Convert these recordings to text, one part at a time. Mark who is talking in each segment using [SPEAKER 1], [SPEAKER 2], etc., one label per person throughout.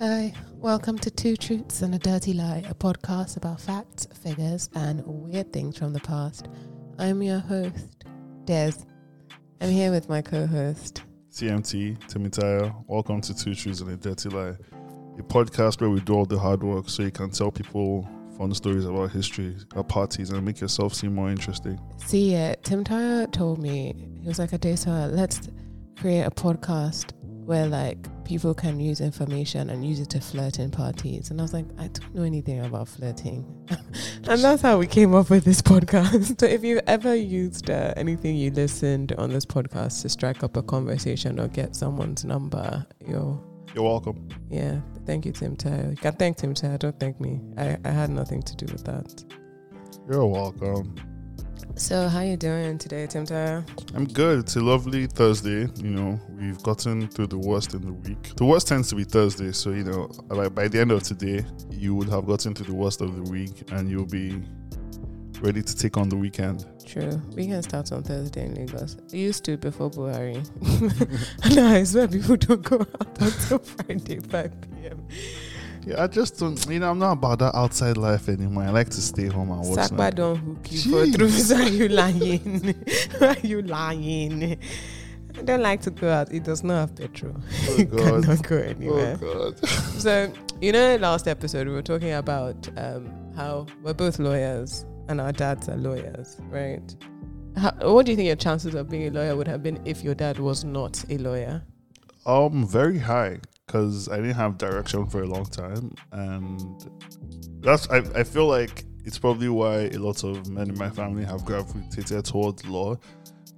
[SPEAKER 1] Hi, welcome to Two Truths and a Dirty Lie, a podcast about facts, figures, and weird things from the past. I'm your host, Des. I'm here with my co host.
[SPEAKER 2] TMT, Timitaya. Welcome to Two Truths and a Dirty Lie, a podcast where we do all the hard work so you can tell people fun stories about history at parties and make yourself seem more interesting.
[SPEAKER 1] See it, Tim Tyler told me, he was like, Adesa, let's create a podcast where like people can use information and use it to flirt in parties. And I was like, I don't know anything about flirting. and that's how we came up with this podcast. so if you've ever used uh, anything you listened on this podcast to strike up a conversation or get someone's number, you're,
[SPEAKER 2] You're welcome.
[SPEAKER 1] yeah, thank you, Tim Tyler. You can thank Tim Tyler, don't thank me. I, I had nothing to do with that.
[SPEAKER 2] You're welcome.
[SPEAKER 1] So how you doing today, Tim Tyler?
[SPEAKER 2] I'm good. It's a lovely Thursday. You know, we've gotten through the worst in the week. The worst tends to be Thursday, so you know, like by the end of today, you would have gotten through the worst of the week and you'll be ready to take on the weekend.
[SPEAKER 1] True. We can start on Thursday in Lagos. We used to before Buhari. no, I swear people don't go out until Friday 5 p.m.
[SPEAKER 2] Yeah, I just don't. You know, I'm not about that outside life anymore. I like to stay home and watch.
[SPEAKER 1] Sakba don't hook you for
[SPEAKER 2] Jeez.
[SPEAKER 1] throughs. Are you lying? Are you lying? I don't like to go out. It does not have petrol.
[SPEAKER 2] Oh,
[SPEAKER 1] It
[SPEAKER 2] God.
[SPEAKER 1] cannot go anywhere.
[SPEAKER 2] Oh God.
[SPEAKER 1] So, you know, last episode we were talking about um, how we're both lawyers and our dads are lawyers, right? How, what do you think your chances of being a lawyer would have been if your dad was not a lawyer?
[SPEAKER 2] Um, very high because I didn't have direction for a long time, and that's I, I feel like it's probably why a lot of men in my family have gravitated towards law,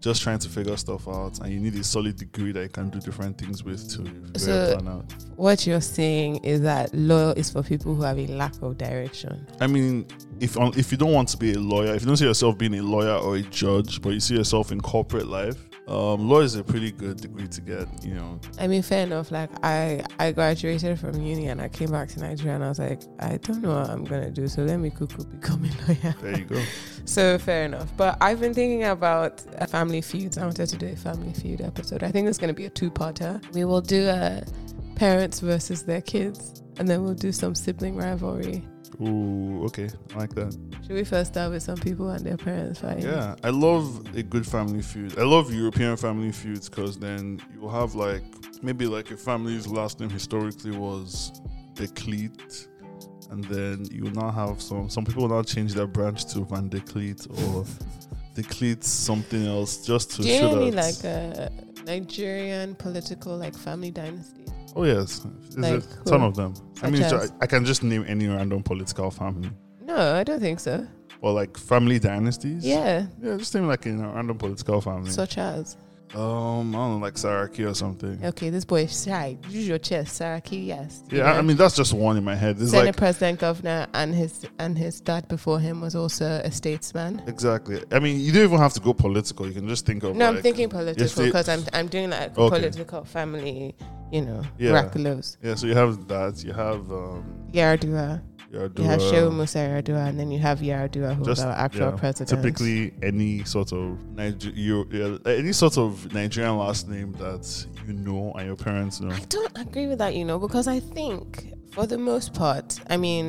[SPEAKER 2] just trying to figure stuff out, and you need a solid degree that you can do different things with to figure it
[SPEAKER 1] So-
[SPEAKER 2] plan out.
[SPEAKER 1] What you're saying is that law is for people who have a lack of direction.
[SPEAKER 2] I mean, if on if you don't want to be a lawyer, if you don't see yourself being a lawyer or a judge, but you see yourself in corporate life, um, law is a pretty good degree to get. You know,
[SPEAKER 1] I mean, fair enough. Like I, I graduated from uni and I came back to Nigeria and I was like, I don't know what I'm gonna do, so let me cuckoo become a lawyer.
[SPEAKER 2] there you go.
[SPEAKER 1] So fair enough. But I've been thinking about uh, family feuds. I wanted to do a family feud episode. I think it's going to be a two-parter. We will do uh, parents versus their kids, and then we'll do some sibling rivalry.
[SPEAKER 2] Ooh, okay, I like that.
[SPEAKER 1] Should we first start with some people and their parents fighting?
[SPEAKER 2] Yeah, I love a good family feud. I love European family feuds because then you'll have like maybe like your family's last name historically was De Cleet, and then you now have some some people now change their branch to Van De Cleet or De Cleet something else just to
[SPEAKER 1] Do you
[SPEAKER 2] show
[SPEAKER 1] know any
[SPEAKER 2] that.
[SPEAKER 1] like uh, Nigerian political like family dynasty?
[SPEAKER 2] oh yes, there's
[SPEAKER 1] like
[SPEAKER 2] a ton
[SPEAKER 1] who?
[SPEAKER 2] of them. I
[SPEAKER 1] Such
[SPEAKER 2] mean,
[SPEAKER 1] as-
[SPEAKER 2] I can just name any random political family
[SPEAKER 1] No, I don't think so.
[SPEAKER 2] or like family dynasties.
[SPEAKER 1] Yeah,
[SPEAKER 2] Yeah, just name like a random political family.
[SPEAKER 1] such as
[SPEAKER 2] um, I don't know, like Saraki or something.
[SPEAKER 1] okay, this boy is shy. Use your chest, Sarah Yes.
[SPEAKER 2] Yeah, I I mean that's just one in my head. It's
[SPEAKER 1] Senate
[SPEAKER 2] like
[SPEAKER 1] president, governor, and his and his dad before him was also a statesman.
[SPEAKER 2] exactly. I mean, you don't even have to go political. You can just think of.
[SPEAKER 1] No,
[SPEAKER 2] like,
[SPEAKER 1] I'm thinking political
[SPEAKER 2] they-
[SPEAKER 1] because I'm I'm doing like
[SPEAKER 2] Okay.
[SPEAKER 1] political family, you know,
[SPEAKER 2] Yeah.
[SPEAKER 1] Rakulos,
[SPEAKER 2] Yeah, so you have that. You have um,
[SPEAKER 1] Yaradua, you have Shehu
[SPEAKER 2] Yar'Adua.
[SPEAKER 1] Musa Yaradua, and then you have Yaradua who's
[SPEAKER 2] Just-
[SPEAKER 1] our actual
[SPEAKER 2] yeah,
[SPEAKER 1] president.
[SPEAKER 2] Typically, any sort of Niger- you, yeah, any sort of Nigerian last name that you know and your parents know.
[SPEAKER 1] I don't agree with that, you know, because I think for the most part, I mean,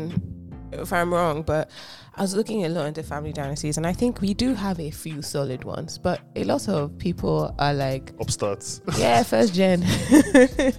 [SPEAKER 1] if I'm wrong, but I was looking a lot into family dynasties, and I think we do have a few solid ones, but a lot of people are like
[SPEAKER 2] Upstarts.
[SPEAKER 1] yeah, first gen.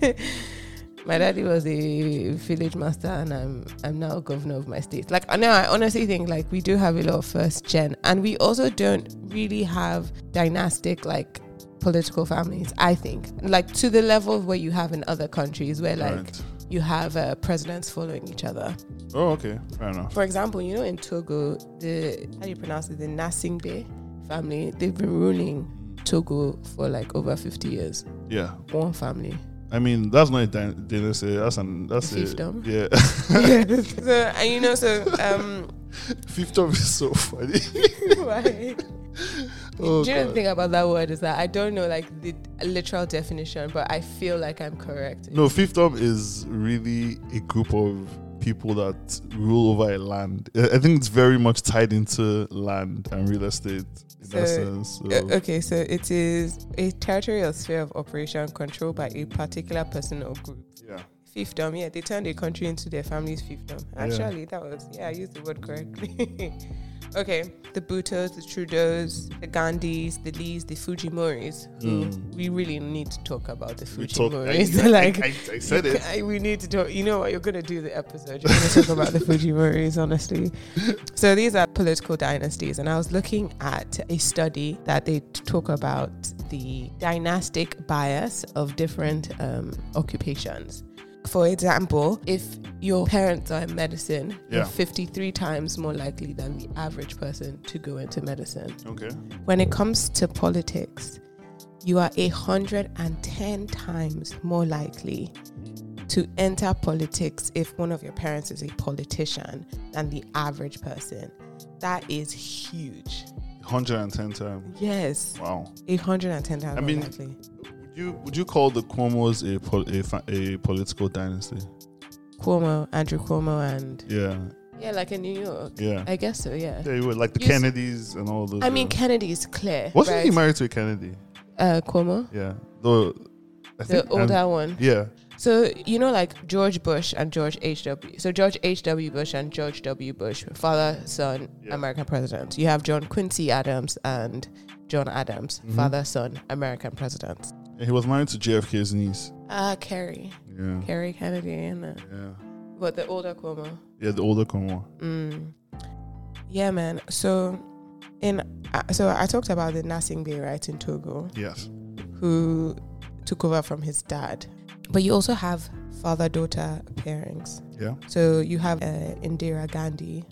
[SPEAKER 1] my daddy was a village master, and I'm I'm now governor of my state. Like, I know I honestly think like we do have a lot of first gen, and we also don't really have dynastic like political families. I think like to the level where you have in other countries, where like
[SPEAKER 2] Right.
[SPEAKER 1] you have uh, presidents following each other.
[SPEAKER 2] Oh, okay. Fair enough.
[SPEAKER 1] For example, you know in Togo, the how do you pronounce it? The Nasingbe family. They've been ruling Togo for like over 50 years.
[SPEAKER 2] Yeah.
[SPEAKER 1] One family.
[SPEAKER 2] I mean, that's not a dyn- dynasty. That's an that's a
[SPEAKER 1] Fiefdom.
[SPEAKER 2] yeah.
[SPEAKER 1] so and you know so um
[SPEAKER 2] Fiefdom is so funny.
[SPEAKER 1] why-
[SPEAKER 2] Oh,
[SPEAKER 1] do you know the
[SPEAKER 2] God.
[SPEAKER 1] thing about that word is that I don't know like the literal definition, but I feel like I'm correct. Uh,
[SPEAKER 2] No, fiefdom is really a group of people that rule over a land. I I think it's very much tied into land and real estate in
[SPEAKER 1] So,
[SPEAKER 2] that sense. So,
[SPEAKER 1] Uh, Okay, so it is a territorial sphere of operation controlled by a particular person or group.
[SPEAKER 2] yeah.
[SPEAKER 1] fiefdom. Yeah, they turned the country into their family's fiefdom.
[SPEAKER 2] Yeah.
[SPEAKER 1] Actually, that was yeah, I used the word correctly. okay, the Bhuttos, the Trudeaus, the Gandhis, the Lees, the Fujimoris. Who
[SPEAKER 2] Mm.
[SPEAKER 1] we really need to talk about the
[SPEAKER 2] We talk. I,
[SPEAKER 1] Fujimoris.
[SPEAKER 2] I-
[SPEAKER 1] like
[SPEAKER 2] I, I said it.
[SPEAKER 1] I- we need to talk. You know what? You're going to do the episode. You're going to talk about the Fujimoris, honestly. So these are political dynasties, and I was looking at a study that they t- talk about the dynastic bias of different um, occupations. For example, if your parents are in medicine, you're
[SPEAKER 2] Yeah.
[SPEAKER 1] 53 times more likely than the average person to go into medicine.
[SPEAKER 2] Okay.
[SPEAKER 1] When it comes to politics, you are 110 times more likely to enter politics if one of your parents is a politician than the average person. That is huge.
[SPEAKER 2] 110 times.
[SPEAKER 1] Yes,
[SPEAKER 2] Wow.
[SPEAKER 1] 110 times
[SPEAKER 2] I
[SPEAKER 1] more
[SPEAKER 2] mean-
[SPEAKER 1] likely.
[SPEAKER 2] Would you would you call the Cuomo's a pol- a, fa- a political dynasty?
[SPEAKER 1] Cuomo, Andrew Cuomo, and
[SPEAKER 2] Yeah.
[SPEAKER 1] yeah, like in New York.
[SPEAKER 2] Yeah.
[SPEAKER 1] I guess so, yeah.
[SPEAKER 2] Yeah, you would like the
[SPEAKER 1] You s-
[SPEAKER 2] Kennedys and all those.
[SPEAKER 1] I mean,
[SPEAKER 2] yeah.
[SPEAKER 1] Kennedy is clear.
[SPEAKER 2] wasn't
[SPEAKER 1] right?
[SPEAKER 2] he married to a Kennedy?
[SPEAKER 1] uh, Cuomo,
[SPEAKER 2] Yeah. Though.
[SPEAKER 1] the
[SPEAKER 2] I think um, and-
[SPEAKER 1] older one.
[SPEAKER 2] yeah.
[SPEAKER 1] So you know, like George Bush and George H W. So George H W. Bush and George W. Bush, father son,
[SPEAKER 2] Yeah.
[SPEAKER 1] American president. You have John Quincy Adams and John Adams,
[SPEAKER 2] Mhm.
[SPEAKER 1] father son, American president.
[SPEAKER 2] He was married to JFK's niece.
[SPEAKER 1] Ah, Kerry,
[SPEAKER 2] Yeah.
[SPEAKER 1] Kerry Kennedy, and uh,
[SPEAKER 2] Yeah.
[SPEAKER 1] but the older Cuomo.
[SPEAKER 2] Yeah. The older Cuomo.
[SPEAKER 1] Mm. Yeah, man. So in uh, so I talked about the Nasingbe right in Togo.
[SPEAKER 2] Yes.
[SPEAKER 1] who took over from his dad. But you also have father daughter pairings.
[SPEAKER 2] Yeah.
[SPEAKER 1] So you have uh, Indira Gandhi.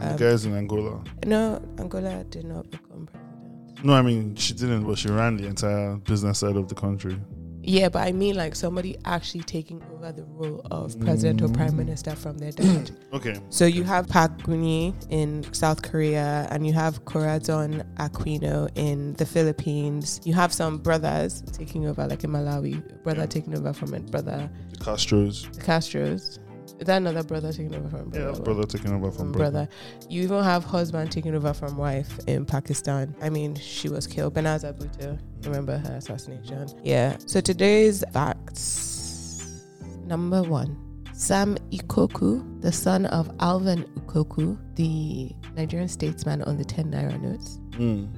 [SPEAKER 2] And
[SPEAKER 1] Um,
[SPEAKER 2] the guys in Angola.
[SPEAKER 1] No, Angola did not become president.
[SPEAKER 2] No, I mean she didn't, but she ran the entire business side of the country.
[SPEAKER 1] Yeah, but I mean like somebody actually taking over the role of president or prime
[SPEAKER 2] Mm.
[SPEAKER 1] minister from their dad.
[SPEAKER 2] Okay.
[SPEAKER 1] so you have Park Geun-hye in South Korea, and you have Corazon Aquino in the Philippines. You have some brothers taking over, like in Malawi, brother
[SPEAKER 2] Yeah.
[SPEAKER 1] taking over from a brother.
[SPEAKER 2] The Castros.
[SPEAKER 1] the Castros. Is that another brother taking over from brother?
[SPEAKER 2] Yeah, that's brother taking over
[SPEAKER 1] From
[SPEAKER 2] from
[SPEAKER 1] brother. You even have husband taking over from wife in Pakistan. I mean, she was killed. Benazir Bhutto. Remember her assassination? Yeah. So today's facts. Number one. Sam Ikoku, the son of Alvin Ikoku, the Nigerian statesman on the 10 naira notes,
[SPEAKER 2] Mm.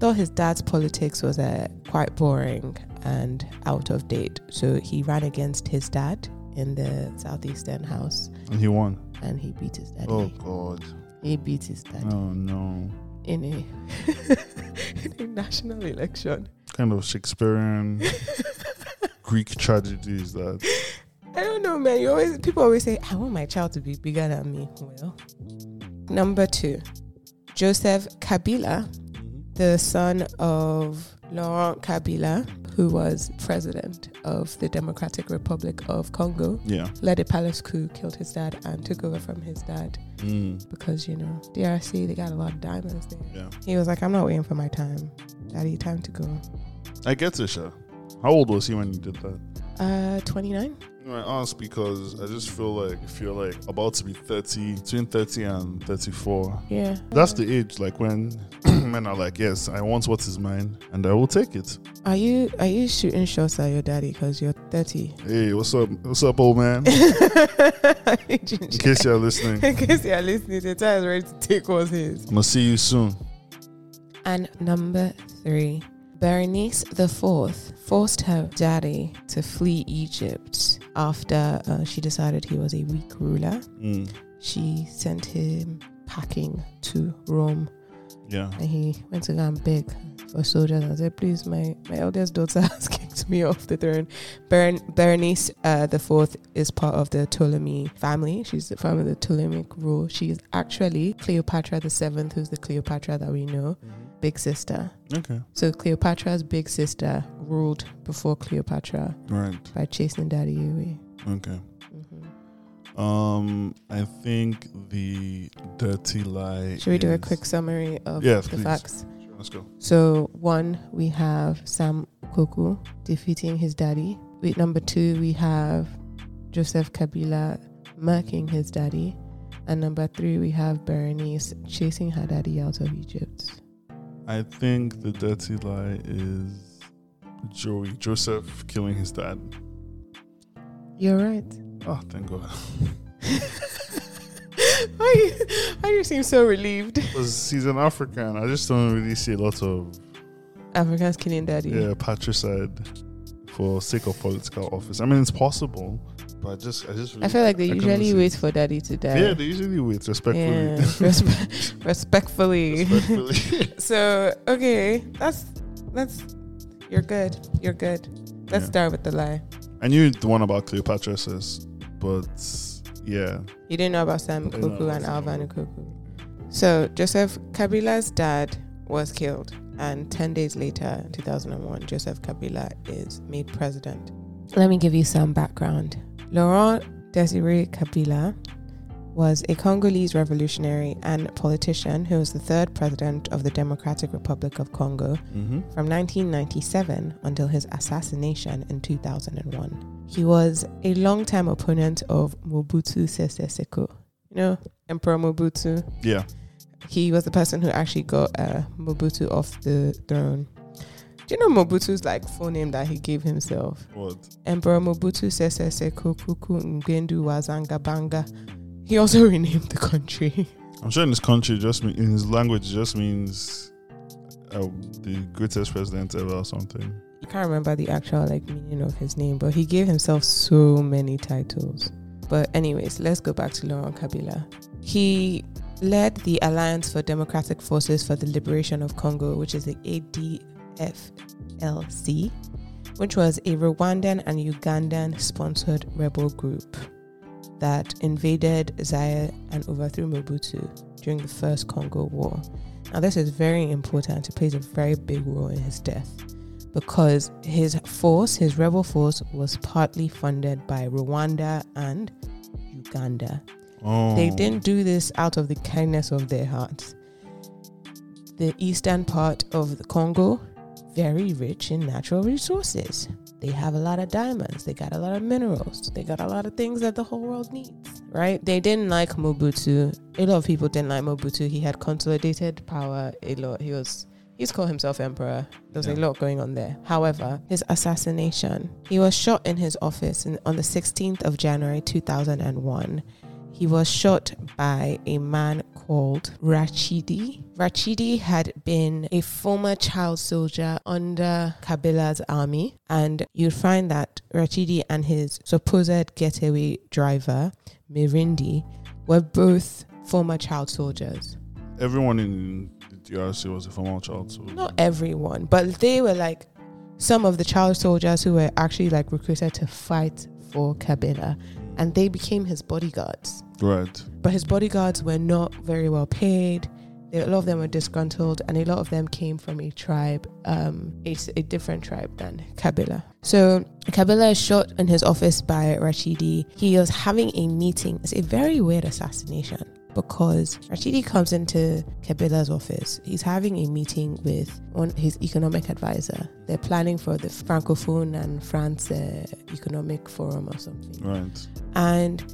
[SPEAKER 1] thought his dad's politics was uh, quite boring and out of date. So he ran against his dad in the Southeastern House
[SPEAKER 2] And he won.
[SPEAKER 1] and he beat his daddy.
[SPEAKER 2] Oh God.
[SPEAKER 1] He beat his daddy
[SPEAKER 2] Oh no.
[SPEAKER 1] in a in a national election.
[SPEAKER 2] Kind of Shakespearean Greek tragedy is that.
[SPEAKER 1] I don't know, man. You always people always say, "I want my child to be bigger than me." Well, number two, Joseph Kabila, the son of Laurent Kabila, who was president of the Democratic Republic of Congo,
[SPEAKER 2] Yeah.
[SPEAKER 1] led a palace coup, killed his dad, and took over from his dad
[SPEAKER 2] Mm.
[SPEAKER 1] because you know DRC they got a lot of diamonds there.
[SPEAKER 2] Yeah.
[SPEAKER 1] He was like, "I'm not waiting for my time, daddy. Time to go."
[SPEAKER 2] I get it, Sha. How old was he when he did that?
[SPEAKER 1] Uh, 29.
[SPEAKER 2] You know, I ask because I just feel like if you're like about to be 30, between 30 and 34,
[SPEAKER 1] Yeah.
[SPEAKER 2] that's the age like when men are like, yes, I want what is mine and I will take it.
[SPEAKER 1] Are you are you shooting shots at your daddy because you're 30?
[SPEAKER 2] Hey, what's up? What's up, old man? In case you're listening,
[SPEAKER 1] in case you're listening, the time is ready to take what's his.
[SPEAKER 2] I'm gonna see you soon.
[SPEAKER 1] And number three, Berenice the Fourth forced her daddy to flee Egypt after uh, she decided he was a weak ruler.
[SPEAKER 2] Mm,
[SPEAKER 1] She sent him packing to Rome,
[SPEAKER 2] yeah,
[SPEAKER 1] and he went to go and beg for soldiers and said, "Please, my my eldest daughter has kicked me off the throne." Beren, Berenice uh, the Fourth is part of the Ptolemy family. She's from the Ptolemaic rule. She is actually Cleopatra the Seventh, who's the Cleopatra that we know, big sister.
[SPEAKER 2] okay,
[SPEAKER 1] So Cleopatra's big sister ruled before Cleopatra
[SPEAKER 2] right,
[SPEAKER 1] by chasing daddy away.
[SPEAKER 2] okay.
[SPEAKER 1] Mhm.
[SPEAKER 2] Um, I think the dirty lie.
[SPEAKER 1] Should we do a
[SPEAKER 2] is-
[SPEAKER 1] quick summary of
[SPEAKER 2] Yes,
[SPEAKER 1] the
[SPEAKER 2] please.
[SPEAKER 1] facts?
[SPEAKER 2] Let's go.
[SPEAKER 1] So one, we have Sam Koku defeating his daddy. With number two, we have Joseph Kabila murking his daddy. And number three, we have Berenice chasing her daddy out of Egypt.
[SPEAKER 2] I think the dirty lie is Joey Joseph killing his dad.
[SPEAKER 1] You're right.
[SPEAKER 2] Oh, thank God.
[SPEAKER 1] why, you, why do you seem so relieved?
[SPEAKER 2] Because he's an African. I just don't really see a lot of
[SPEAKER 1] Africans killing daddy.
[SPEAKER 2] yeah, patricide for sake of political office. I mean, it's possible, but I just, I just. Really
[SPEAKER 1] I feel like they
[SPEAKER 2] I couldn't
[SPEAKER 1] usually
[SPEAKER 2] see.
[SPEAKER 1] wait for daddy to die.
[SPEAKER 2] Yeah, they usually wait respectfully.
[SPEAKER 1] Yeah, respe- respectfully.
[SPEAKER 2] respectfully.
[SPEAKER 1] So okay, that's that's you're good. You're good. Let's
[SPEAKER 2] Yeah.
[SPEAKER 1] start with the lie.
[SPEAKER 2] I knew the one about Cleopatra says, but yeah,
[SPEAKER 1] You didn't know about Sam
[SPEAKER 2] I didn't know
[SPEAKER 1] Kuku
[SPEAKER 2] about
[SPEAKER 1] and
[SPEAKER 2] Sam
[SPEAKER 1] Alvan Kuku. So Joseph Kabila's dad was killed, and ten days later, in 2001, Joseph Kabila is made president. Let me give you some background. Laurent Desiré Kabila was a Congolese revolutionary and politician who was the third president of the Democratic Republic of Congo
[SPEAKER 2] mm-hmm.
[SPEAKER 1] from 1997 until his assassination in 2001. He was a longtime opponent of Mobutu Sese Seko. You know, Emperor Mobutu.
[SPEAKER 2] yeah,
[SPEAKER 1] He was the person who actually got uh, Mobutu off the throne. Do you know Mobutu's like full name that he gave himself?
[SPEAKER 2] what?
[SPEAKER 1] Emperor Mobutu Sese Seko Kuku Ngendu Wazangabanga. He also renamed the country.
[SPEAKER 2] I'm sure in his country, it just mean, in his language, it just means uh, the greatest president ever or something.
[SPEAKER 1] I can't remember the actual like meaning of his name, but he gave himself so many titles. But anyways, let's go back to Laurent Kabila. He led the Alliance for Democratic Forces for the Liberation of Congo, which is the ADFLC, which was a Rwandan and Ugandan sponsored rebel group that invaded Zaire and overthrew Mobutu during the First Congo War. Now, this is very important. It plays a very big role in his death because his force, his rebel force, was partly funded by Rwanda and Uganda.
[SPEAKER 2] Oh,
[SPEAKER 1] They didn't do this out of the kindness of their hearts. The eastern part of the Congo, very rich in natural resources. They have a lot of diamonds, they got a lot of minerals, they got a lot of things that the whole world needs, right? They didn't like Mobutu. A lot of people didn't like Mobutu. He had consolidated power a lot. He was he's called himself emperor. There was a
[SPEAKER 2] Yeah.
[SPEAKER 1] lot going on there. However, his assassination, he was shot in his office in, on the 16th of January 2001 he was shot by a man called Rachidi. Rachidi had been a former child soldier under Kabila's army, and you'd find that Rachidi and his supposed getaway driver, Mirindi, were both former child soldiers.
[SPEAKER 2] everyone in the DRC was a former child. So
[SPEAKER 1] Not everyone, but they were like some of the child soldiers who were actually like recruited to fight for Kabila, and they became his bodyguards.
[SPEAKER 2] right,
[SPEAKER 1] but his bodyguards were not very well paid. They, a lot of them were disgruntled, and a lot of them came from a tribe, um, a, s- a different tribe than Kabila. So Kabila is shot in his office by Rashidi. He was having a meeting. It's a very weird assassination because Rashidi comes into Kabila's office. He's having a meeting with one, his economic advisor. They're planning for the Francophone and France uh, Economic Forum or something.
[SPEAKER 2] right,
[SPEAKER 1] And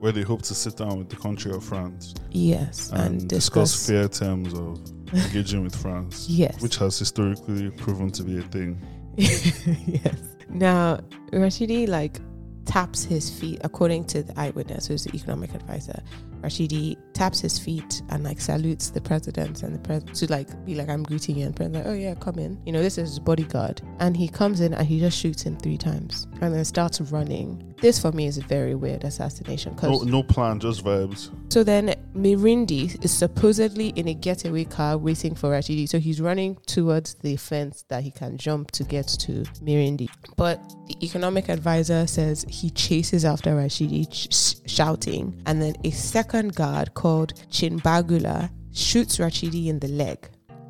[SPEAKER 2] where they hope to sit down with the country of France
[SPEAKER 1] yes,
[SPEAKER 2] and,
[SPEAKER 1] and,
[SPEAKER 2] discuss,
[SPEAKER 1] discuss
[SPEAKER 2] fair terms of engaging with France,
[SPEAKER 1] Yes.
[SPEAKER 2] which has historically proven to be a thing.
[SPEAKER 1] yes. Now, Rashidi like taps his feet, according to the eyewitness, who's the economic advisor. Rashidi taps his feet and like salutes the president and the president to like be like, I'm greeting you. And president, like, oh yeah, come in. You know, this is his bodyguard. And he comes in and he just shoots him three times and then starts running. This for me is a very weird assassination.
[SPEAKER 2] No,
[SPEAKER 1] Cause
[SPEAKER 2] no plan, just vibes.
[SPEAKER 1] so then Mirindi is supposedly in a getaway car waiting for Rashidi. So he's running towards the fence that he can jump to get to Mirindi. But the economic advisor says he chases after Rashidi, sh- sh- shouting. And then a second guard called Chinbagula shoots Rashidi in the leg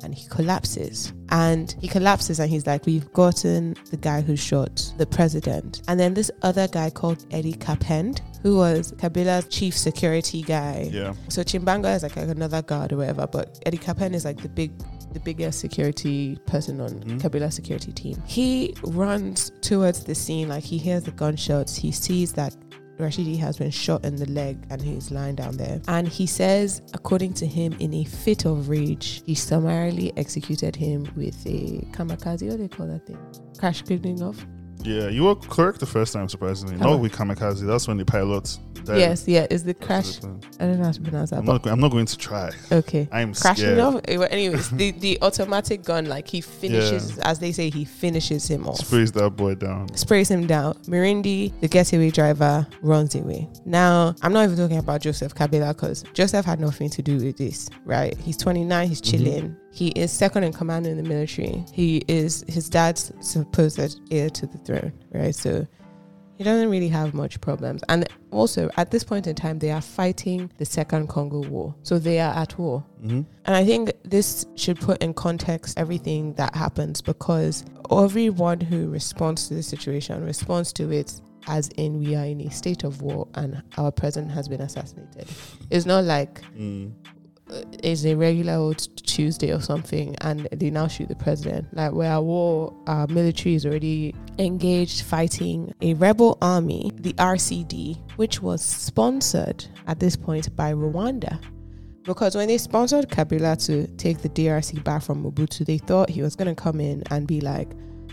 [SPEAKER 1] and he collapses. And he collapses and he's like, We've gotten the guy who shot the president. And then this other guy called Eddie Capend, who was Kabila's chief security guy.
[SPEAKER 2] Yeah,
[SPEAKER 1] So Chimbanga is like another guard or whatever, but Eddie Capen is like the big the biggest security person on
[SPEAKER 2] Mhm.
[SPEAKER 1] Kabila's security team. He runs towards the scene, like he hears the gunshots, he sees that Rashidi has been shot in the leg and he's lying down there. And he says, according to him, in a fit of rage, he summarily executed him with a kamikaze, what do they call that thing? Crash grenade off?
[SPEAKER 2] Yeah, you were correct the first time, surprisingly.
[SPEAKER 1] Am I?
[SPEAKER 2] Not with kamikaze. That's when the pilot died.
[SPEAKER 1] Yes, yeah, is the
[SPEAKER 2] That's
[SPEAKER 1] crash.
[SPEAKER 2] the plan.
[SPEAKER 1] I don't know how to pronounce that,
[SPEAKER 2] I'm
[SPEAKER 1] but
[SPEAKER 2] not. go- I'm not going to try.
[SPEAKER 1] okay.
[SPEAKER 2] I'm
[SPEAKER 1] Crashing
[SPEAKER 2] scared.
[SPEAKER 1] off. Eh, well, Anyways, the, the automatic gun, like he finishes, as they say, he finishes him off.
[SPEAKER 2] Sprays that boy down.
[SPEAKER 1] sprays him down. Mirindi, the getaway driver, runs away. Now, I'm not even talking about Joseph Kabila because Joseph had nothing to do with this, right? He's 29, he's chilling. He is second in command in the military. He is his dad's supposed heir to the throne, right? So he doesn't really have much problems. And also, at this point in time, they are fighting the Second Congo War. So they are at war.
[SPEAKER 2] Mm-hmm.
[SPEAKER 1] And I think this should put in context everything that happens because everyone who responds to this situation responds to it as in we are in a state of war and our president has been assassinated. It's not like
[SPEAKER 2] Mm.
[SPEAKER 1] uh, it's a regular old Tuesday or something and they now shoot the president. Like we're at war, our military is already engaged fighting a rebel army, the RCD, which was sponsored at this point by Rwanda. Because when they sponsored Kabila to take the DRC back from Mobutu, they thought he was going to come in and be like,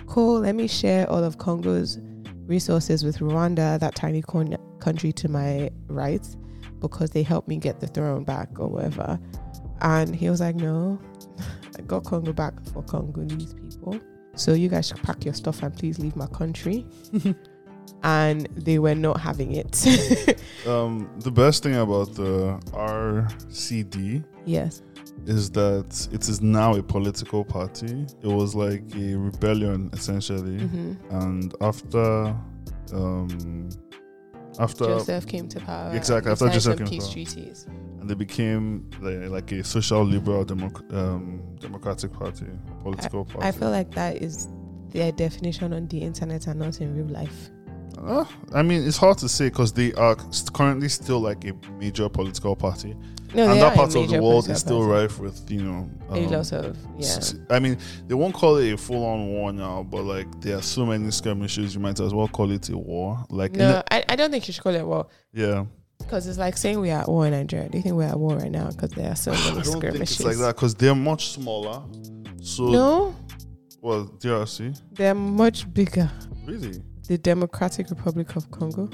[SPEAKER 1] cool, let me share all of Congo's resources with Rwanda, that tiny corn- country to my right, because they helped me get the throne back or whatever. And he was like, no, I got Congo back for Congolese people. So you guys should pack your stuff and please leave my country. and they were not having it.
[SPEAKER 2] Um, the best thing about the RCD
[SPEAKER 1] yes.
[SPEAKER 2] is that it is now a political party. It was like a rebellion essentially,
[SPEAKER 1] hmm
[SPEAKER 2] and after, um, after
[SPEAKER 1] Joseph came to power.
[SPEAKER 2] Exactly,
[SPEAKER 1] and
[SPEAKER 2] after
[SPEAKER 1] signed
[SPEAKER 2] Joseph
[SPEAKER 1] some
[SPEAKER 2] came to
[SPEAKER 1] peace
[SPEAKER 2] power.
[SPEAKER 1] treaties.
[SPEAKER 2] and they became like, like a social liberal democ- um, democratic party, political party.
[SPEAKER 1] I feel like that is their definition on the internet and not in real life.
[SPEAKER 2] Uh, I mean, it's hard to say because they are st- currently still like a major political party,
[SPEAKER 1] No,
[SPEAKER 2] and
[SPEAKER 1] they are
[SPEAKER 2] that
[SPEAKER 1] a
[SPEAKER 2] part of the
[SPEAKER 1] major
[SPEAKER 2] world
[SPEAKER 1] political
[SPEAKER 2] is still
[SPEAKER 1] party.
[SPEAKER 2] rife with you know.
[SPEAKER 1] a
[SPEAKER 2] um,
[SPEAKER 1] lot of yeah.
[SPEAKER 2] s- I mean, they won't call it a full-on war now, but like there are so many skirmishes, you might as well call it a war. Like, in
[SPEAKER 1] No,
[SPEAKER 2] a-
[SPEAKER 1] I, I don't think you should call it war
[SPEAKER 2] yeah,
[SPEAKER 1] because it's like saying we are at war in Nigeria. Do you think we're at war right now because there are so
[SPEAKER 2] I
[SPEAKER 1] many
[SPEAKER 2] don't think
[SPEAKER 1] skirmishes?
[SPEAKER 2] it's like that because they're much smaller. So,
[SPEAKER 1] No,
[SPEAKER 2] well, DRC,
[SPEAKER 1] they're much bigger.
[SPEAKER 2] really?
[SPEAKER 1] The Democratic Republic of Congo.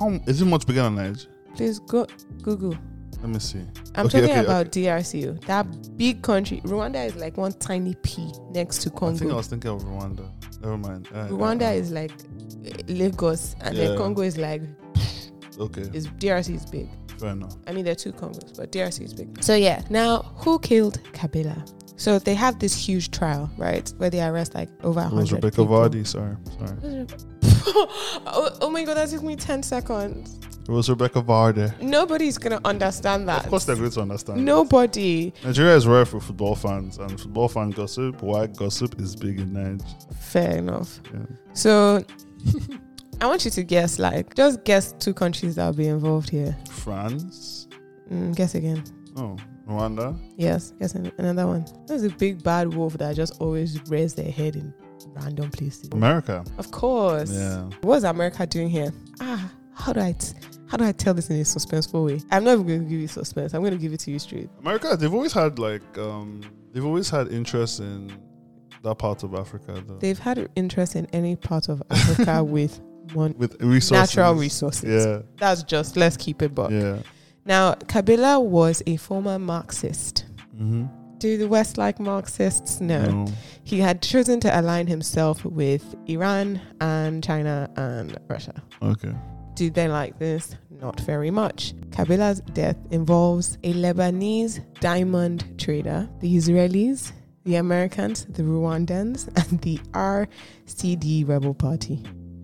[SPEAKER 2] How m- is it much bigger than Niger?
[SPEAKER 1] Please go Google.
[SPEAKER 2] Let me see.
[SPEAKER 1] I'm
[SPEAKER 2] Okay,
[SPEAKER 1] talking
[SPEAKER 2] okay,
[SPEAKER 1] about DRC, that big country. Rwanda is like one tiny pea next to
[SPEAKER 2] I think I
[SPEAKER 1] Congo.
[SPEAKER 2] was thinking of Rwanda. Never mind. Uh, Alright,
[SPEAKER 1] Rwanda
[SPEAKER 2] alright.
[SPEAKER 1] is like eh, Lagos, and
[SPEAKER 2] Yeah.
[SPEAKER 1] then Congo is like
[SPEAKER 2] okay.
[SPEAKER 1] is DRC is big.
[SPEAKER 2] Fair enough.
[SPEAKER 1] I mean, there are two Congos, but DRC is big. So yeah. Now, who killed Kabila? So they have this huge trial, right, where they arrest like over
[SPEAKER 2] It
[SPEAKER 1] 100
[SPEAKER 2] was Rebecca
[SPEAKER 1] people.
[SPEAKER 2] Vardy. Sorry, sorry.
[SPEAKER 1] oh, oh my god, that took me 10 seconds.
[SPEAKER 2] It was Rebecca Vardy.
[SPEAKER 1] Nobody's gonna understand that.
[SPEAKER 2] Of course, they're going to understand.
[SPEAKER 1] Nobody.
[SPEAKER 2] Nigeria is rare for football fans, and football fan gossip, white gossip, is big in Niger.
[SPEAKER 1] Fair enough.
[SPEAKER 2] Yeah.
[SPEAKER 1] So I want you to guess, like, just guess two countries that will be involved here.
[SPEAKER 2] France.
[SPEAKER 1] Mm, guess again.
[SPEAKER 2] Oh, Rwanda.
[SPEAKER 1] Yes, guess an- another one. There's a big bad wolf that just always rears their head in random places.
[SPEAKER 2] America.
[SPEAKER 1] Of course.
[SPEAKER 2] Yeah.
[SPEAKER 1] What is America doing here? Ah, how do I t- how do I tell this in a suspenseful way? I'm not even going to give you suspense. I'm going to give it to you straight.
[SPEAKER 2] America, they've always had like, um, they've always had interest in that part of Africa, though.
[SPEAKER 1] They've had interest in any part of Africa with mon-
[SPEAKER 2] With resources.
[SPEAKER 1] natural resources.
[SPEAKER 2] Yeah.
[SPEAKER 1] That's just let's keep it buck.
[SPEAKER 2] Yeah.
[SPEAKER 1] Now, Kabila was a former Marxist.
[SPEAKER 2] Mm-hmm.
[SPEAKER 1] Do the West like Marxists? no. He had chosen to align himself with Iran and China and Russia.
[SPEAKER 2] Okay.
[SPEAKER 1] Do they like this? Not very much. Kabila's death involves a Lebanese diamond trader, the Israelis, the Americans, the Rwandans, and the RCD rebel party.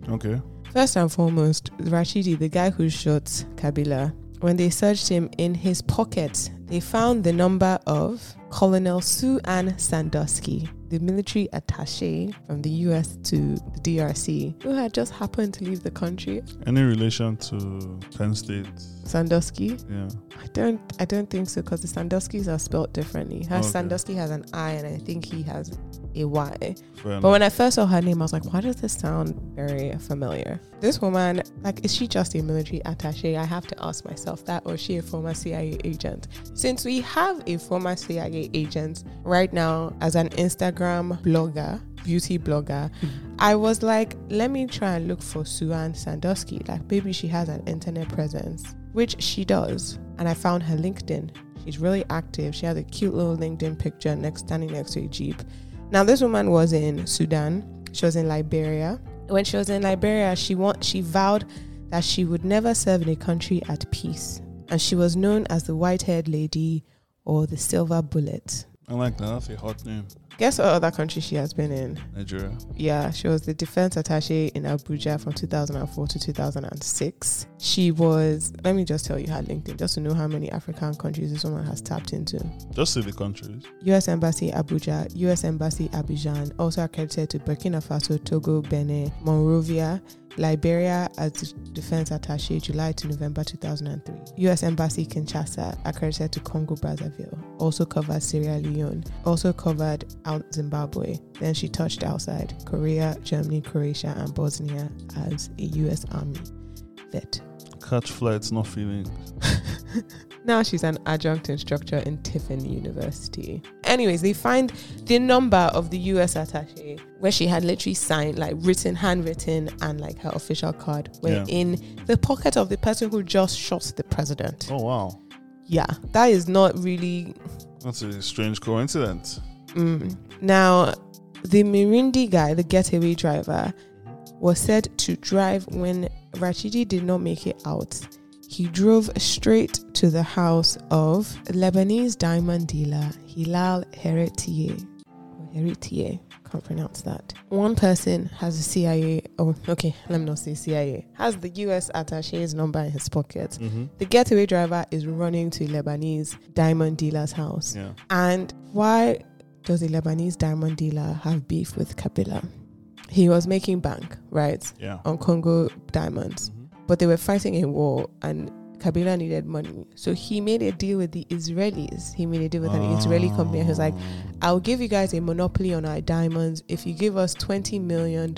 [SPEAKER 2] Okay.
[SPEAKER 1] First and foremost, Rashidi, the guy who shot Kabila, when they searched him in his pockets, they found the number of Colonel Sue Ann Sandusky, the military attache from the US to the DRC, who had just happened to leave the country.
[SPEAKER 2] Any relation to Penn State?
[SPEAKER 1] Sandusky?
[SPEAKER 2] Yeah.
[SPEAKER 1] I don't I don't think so because the Sanduskys are spelled differently. Her
[SPEAKER 2] Okay.
[SPEAKER 1] Sandusky has an I and I think he has a Y.
[SPEAKER 2] Fair
[SPEAKER 1] But
[SPEAKER 2] enough.
[SPEAKER 1] when I first saw her name, I was like, why does this sound very familiar? This woman, like, is she just a military attache? I have to ask myself that, or is she a former CIA agent? Since we have a former CIA agent right now as an Instagram blogger beauty blogger. I was like, let me try and look for Suan Sandusky. Like, maybe she has an internet presence, which she does. And I found her LinkedIn. She's really active. She has a cute little LinkedIn picture next standing next to a Jeep. Now, this woman was in Sudan. She was in Liberia. When she was in Liberia, she want, she vowed that she would never serve in a country at peace. And she was known as the white haired lady or the silver bullet.
[SPEAKER 2] I like that. That's a hot name.
[SPEAKER 1] Guess what other country she has been in?
[SPEAKER 2] Nigeria.
[SPEAKER 1] Yeah, she was the defense attache in Abuja from 2004 to 2006. She was, let me just tell you her LinkedIn, just to know how many African countries this woman has tapped into.
[SPEAKER 2] Just see the countries.
[SPEAKER 1] US Embassy Abuja, US Embassy Abidjan, also accredited to Burkina Faso, Togo, Benin, Monrovia, Liberia as defense attache July to November 2003. US Embassy Kinshasa, accredited to Congo Brazzaville, also covered Sierra Leone, also covered out Zimbabwe. Then she touched outside Korea, Germany, Croatia, and Bosnia as a US Army vet.
[SPEAKER 2] Catch flights, not feelings.
[SPEAKER 1] Now she's an adjunct instructor in Tiffin University. Anyways, they find the number of the US attache where she had literally signed, like written, handwritten, and like her official card were
[SPEAKER 2] Yeah.
[SPEAKER 1] in the pocket of the person who just shot the president.
[SPEAKER 2] Oh wow,
[SPEAKER 1] Yeah, that is not really.
[SPEAKER 2] that's a strange coincidence.
[SPEAKER 1] Mm. Now, the Mirindi guy, the getaway driver, was said to drive when Rashidi did not make it out. He drove straight to the house of Lebanese diamond dealer Hilal Heretier. Or Heretier, can't pronounce that. One person has a CIA, oh, okay, let me not say CIA, has the US attache's number in his pocket.
[SPEAKER 2] Mm-hmm.
[SPEAKER 1] The getaway driver is running to Lebanese diamond dealer's house.
[SPEAKER 2] Yeah,
[SPEAKER 1] And why does a Lebanese diamond dealer have beef with Kabila? He was making bank, right,
[SPEAKER 2] yeah.
[SPEAKER 1] on Congo diamonds,
[SPEAKER 2] Mhm.
[SPEAKER 1] but they were fighting a war and Kabila needed money. So he made a deal with the Israelis. He made a deal with an Israeli company. And he was like, I'll give you guys a monopoly on our diamonds if you give us $20 million,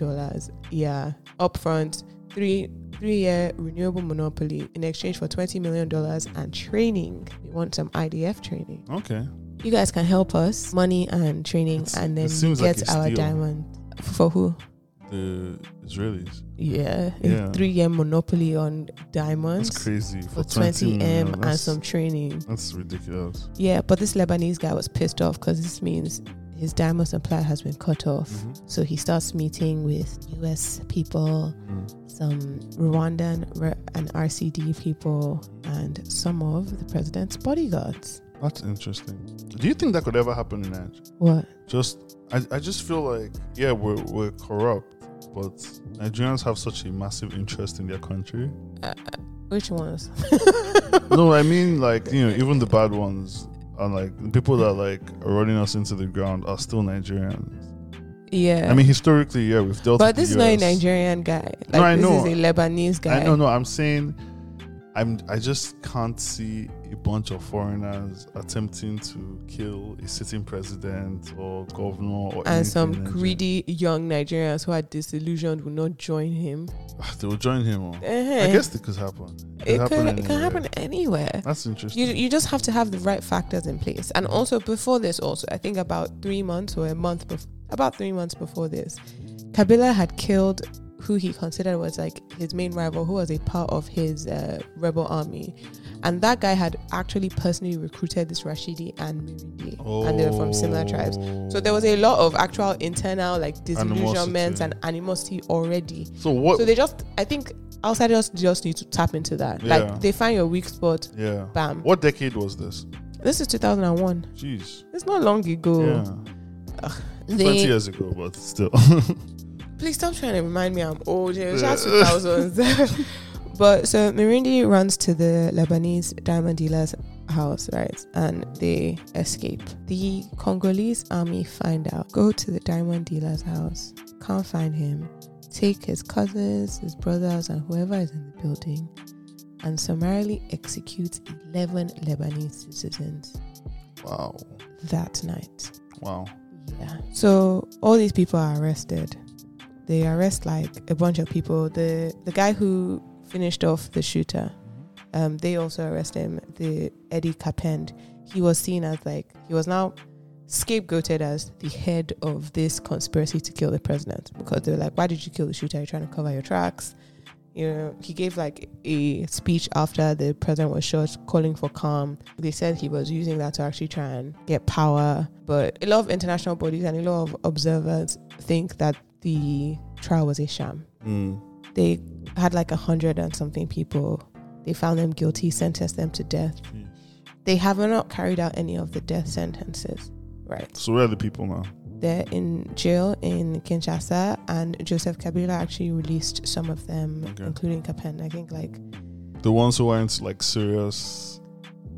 [SPEAKER 1] yeah, upfront, three three year renewable monopoly in exchange for $20 million and training. We want some IDF training
[SPEAKER 2] okay,
[SPEAKER 1] you guys can help us money and training
[SPEAKER 2] It's-
[SPEAKER 1] and
[SPEAKER 2] it
[SPEAKER 1] then
[SPEAKER 2] seems like
[SPEAKER 1] get
[SPEAKER 2] a
[SPEAKER 1] our
[SPEAKER 2] steal.
[SPEAKER 1] diamond for who
[SPEAKER 2] the Israelis.
[SPEAKER 1] yeah,
[SPEAKER 2] Yeah.
[SPEAKER 1] three year monopoly on diamonds
[SPEAKER 2] That's crazy
[SPEAKER 1] for
[SPEAKER 2] for
[SPEAKER 1] 20
[SPEAKER 2] million,
[SPEAKER 1] m and
[SPEAKER 2] that's-
[SPEAKER 1] some training
[SPEAKER 2] That's ridiculous.
[SPEAKER 1] yeah but this lebanese guy was pissed off because this means his diamond supply has been cut off
[SPEAKER 2] Mhm.
[SPEAKER 1] so he starts meeting with us people
[SPEAKER 2] Mm.
[SPEAKER 1] some rwandan R- and rcd people and some of the president's bodyguards
[SPEAKER 2] That's interesting. Do you think that could ever happen in Nigeria?
[SPEAKER 1] what
[SPEAKER 2] just I, I just feel like yeah we're, we're corrupt but nigerians have such a massive interest in their country
[SPEAKER 1] uh, which ones
[SPEAKER 2] no i mean like you know even the bad ones are like the people that like are running us into the ground are still nigerians
[SPEAKER 1] yeah
[SPEAKER 2] i mean historically yeah we've dealt
[SPEAKER 1] But
[SPEAKER 2] with
[SPEAKER 1] this is
[SPEAKER 2] the
[SPEAKER 1] not a
[SPEAKER 2] US.
[SPEAKER 1] Nigerian guy. Like
[SPEAKER 2] No, I
[SPEAKER 1] this
[SPEAKER 2] know.
[SPEAKER 1] is a Lebanese guy.
[SPEAKER 2] i know no i'm saying i'm i just can't see a bunch of foreigners attempting to kill a sitting president or governor or anything
[SPEAKER 1] And Uh, some
[SPEAKER 2] in Nigeria.
[SPEAKER 1] greedy young Nigerians who are disillusioned will not join him.
[SPEAKER 2] they will join him oh.
[SPEAKER 1] Eh,
[SPEAKER 2] i guess it could happen it,
[SPEAKER 1] it, could, it
[SPEAKER 2] anywhere.
[SPEAKER 1] can happen anywhere.
[SPEAKER 2] That's interesting.
[SPEAKER 1] You, you just have to have the right factors in place. And also before this, also I think about three months or a month before, about three months before this, Kabila had killed who he considered was like his main rival, who was a part of his uh, rebel army, and that guy had actually personally recruited this Rashidi and Mirindi, and they were from
[SPEAKER 2] Oh.
[SPEAKER 1] similar tribes. So there was a lot of actual internal like disillusionments
[SPEAKER 2] Animosity.
[SPEAKER 1] and animosity already.
[SPEAKER 2] So what?
[SPEAKER 1] So they just, I think, outsiders just need to tap into that.
[SPEAKER 2] Yeah.
[SPEAKER 1] Like they find your weak spot,
[SPEAKER 2] yeah.
[SPEAKER 1] bam.
[SPEAKER 2] What decade was this?
[SPEAKER 1] This is 2001.
[SPEAKER 2] Jeez.
[SPEAKER 1] It's not long ago.
[SPEAKER 2] Yeah.
[SPEAKER 1] They-
[SPEAKER 2] Twenty years ago, but still.
[SPEAKER 1] please stop trying to remind me I'm old. It was
[SPEAKER 2] Yeah.
[SPEAKER 1] just 2000s. but so Mirindi runs to the Lebanese diamond dealer's house, right? And they escape. The Congolese army find out, go to the diamond dealer's house, can't find him, take his cousins, his brothers, and whoever is in the building, and summarily execute 11 Lebanese citizens
[SPEAKER 2] wow.
[SPEAKER 1] that night.
[SPEAKER 2] Wow.
[SPEAKER 1] Yeah. So all these people are arrested. They arrest like a bunch of people. The the guy who finished off the shooter, um, they also arrest him. The Eddie Capend. He was seen as like he was now scapegoated as the head of this conspiracy to kill the president because they were like, why did you kill the shooter? You're trying to cover your tracks. You know, he gave like a speech after the president was shot calling for calm. They said he was using that to actually try and get power. But a lot of international bodies and a lot of observers think that the trial was a sham.
[SPEAKER 2] Mm.
[SPEAKER 1] They had like a hundred and something people. They found them guilty, sentenced them to death. They have not carried out any of the death sentences. Right.
[SPEAKER 2] So where are the people now?
[SPEAKER 1] They're in jail in Kinshasa, and Joseph Kabila actually released some of them,
[SPEAKER 2] Okay.
[SPEAKER 1] including Kapen. I think like
[SPEAKER 2] The ones who aren't like serious.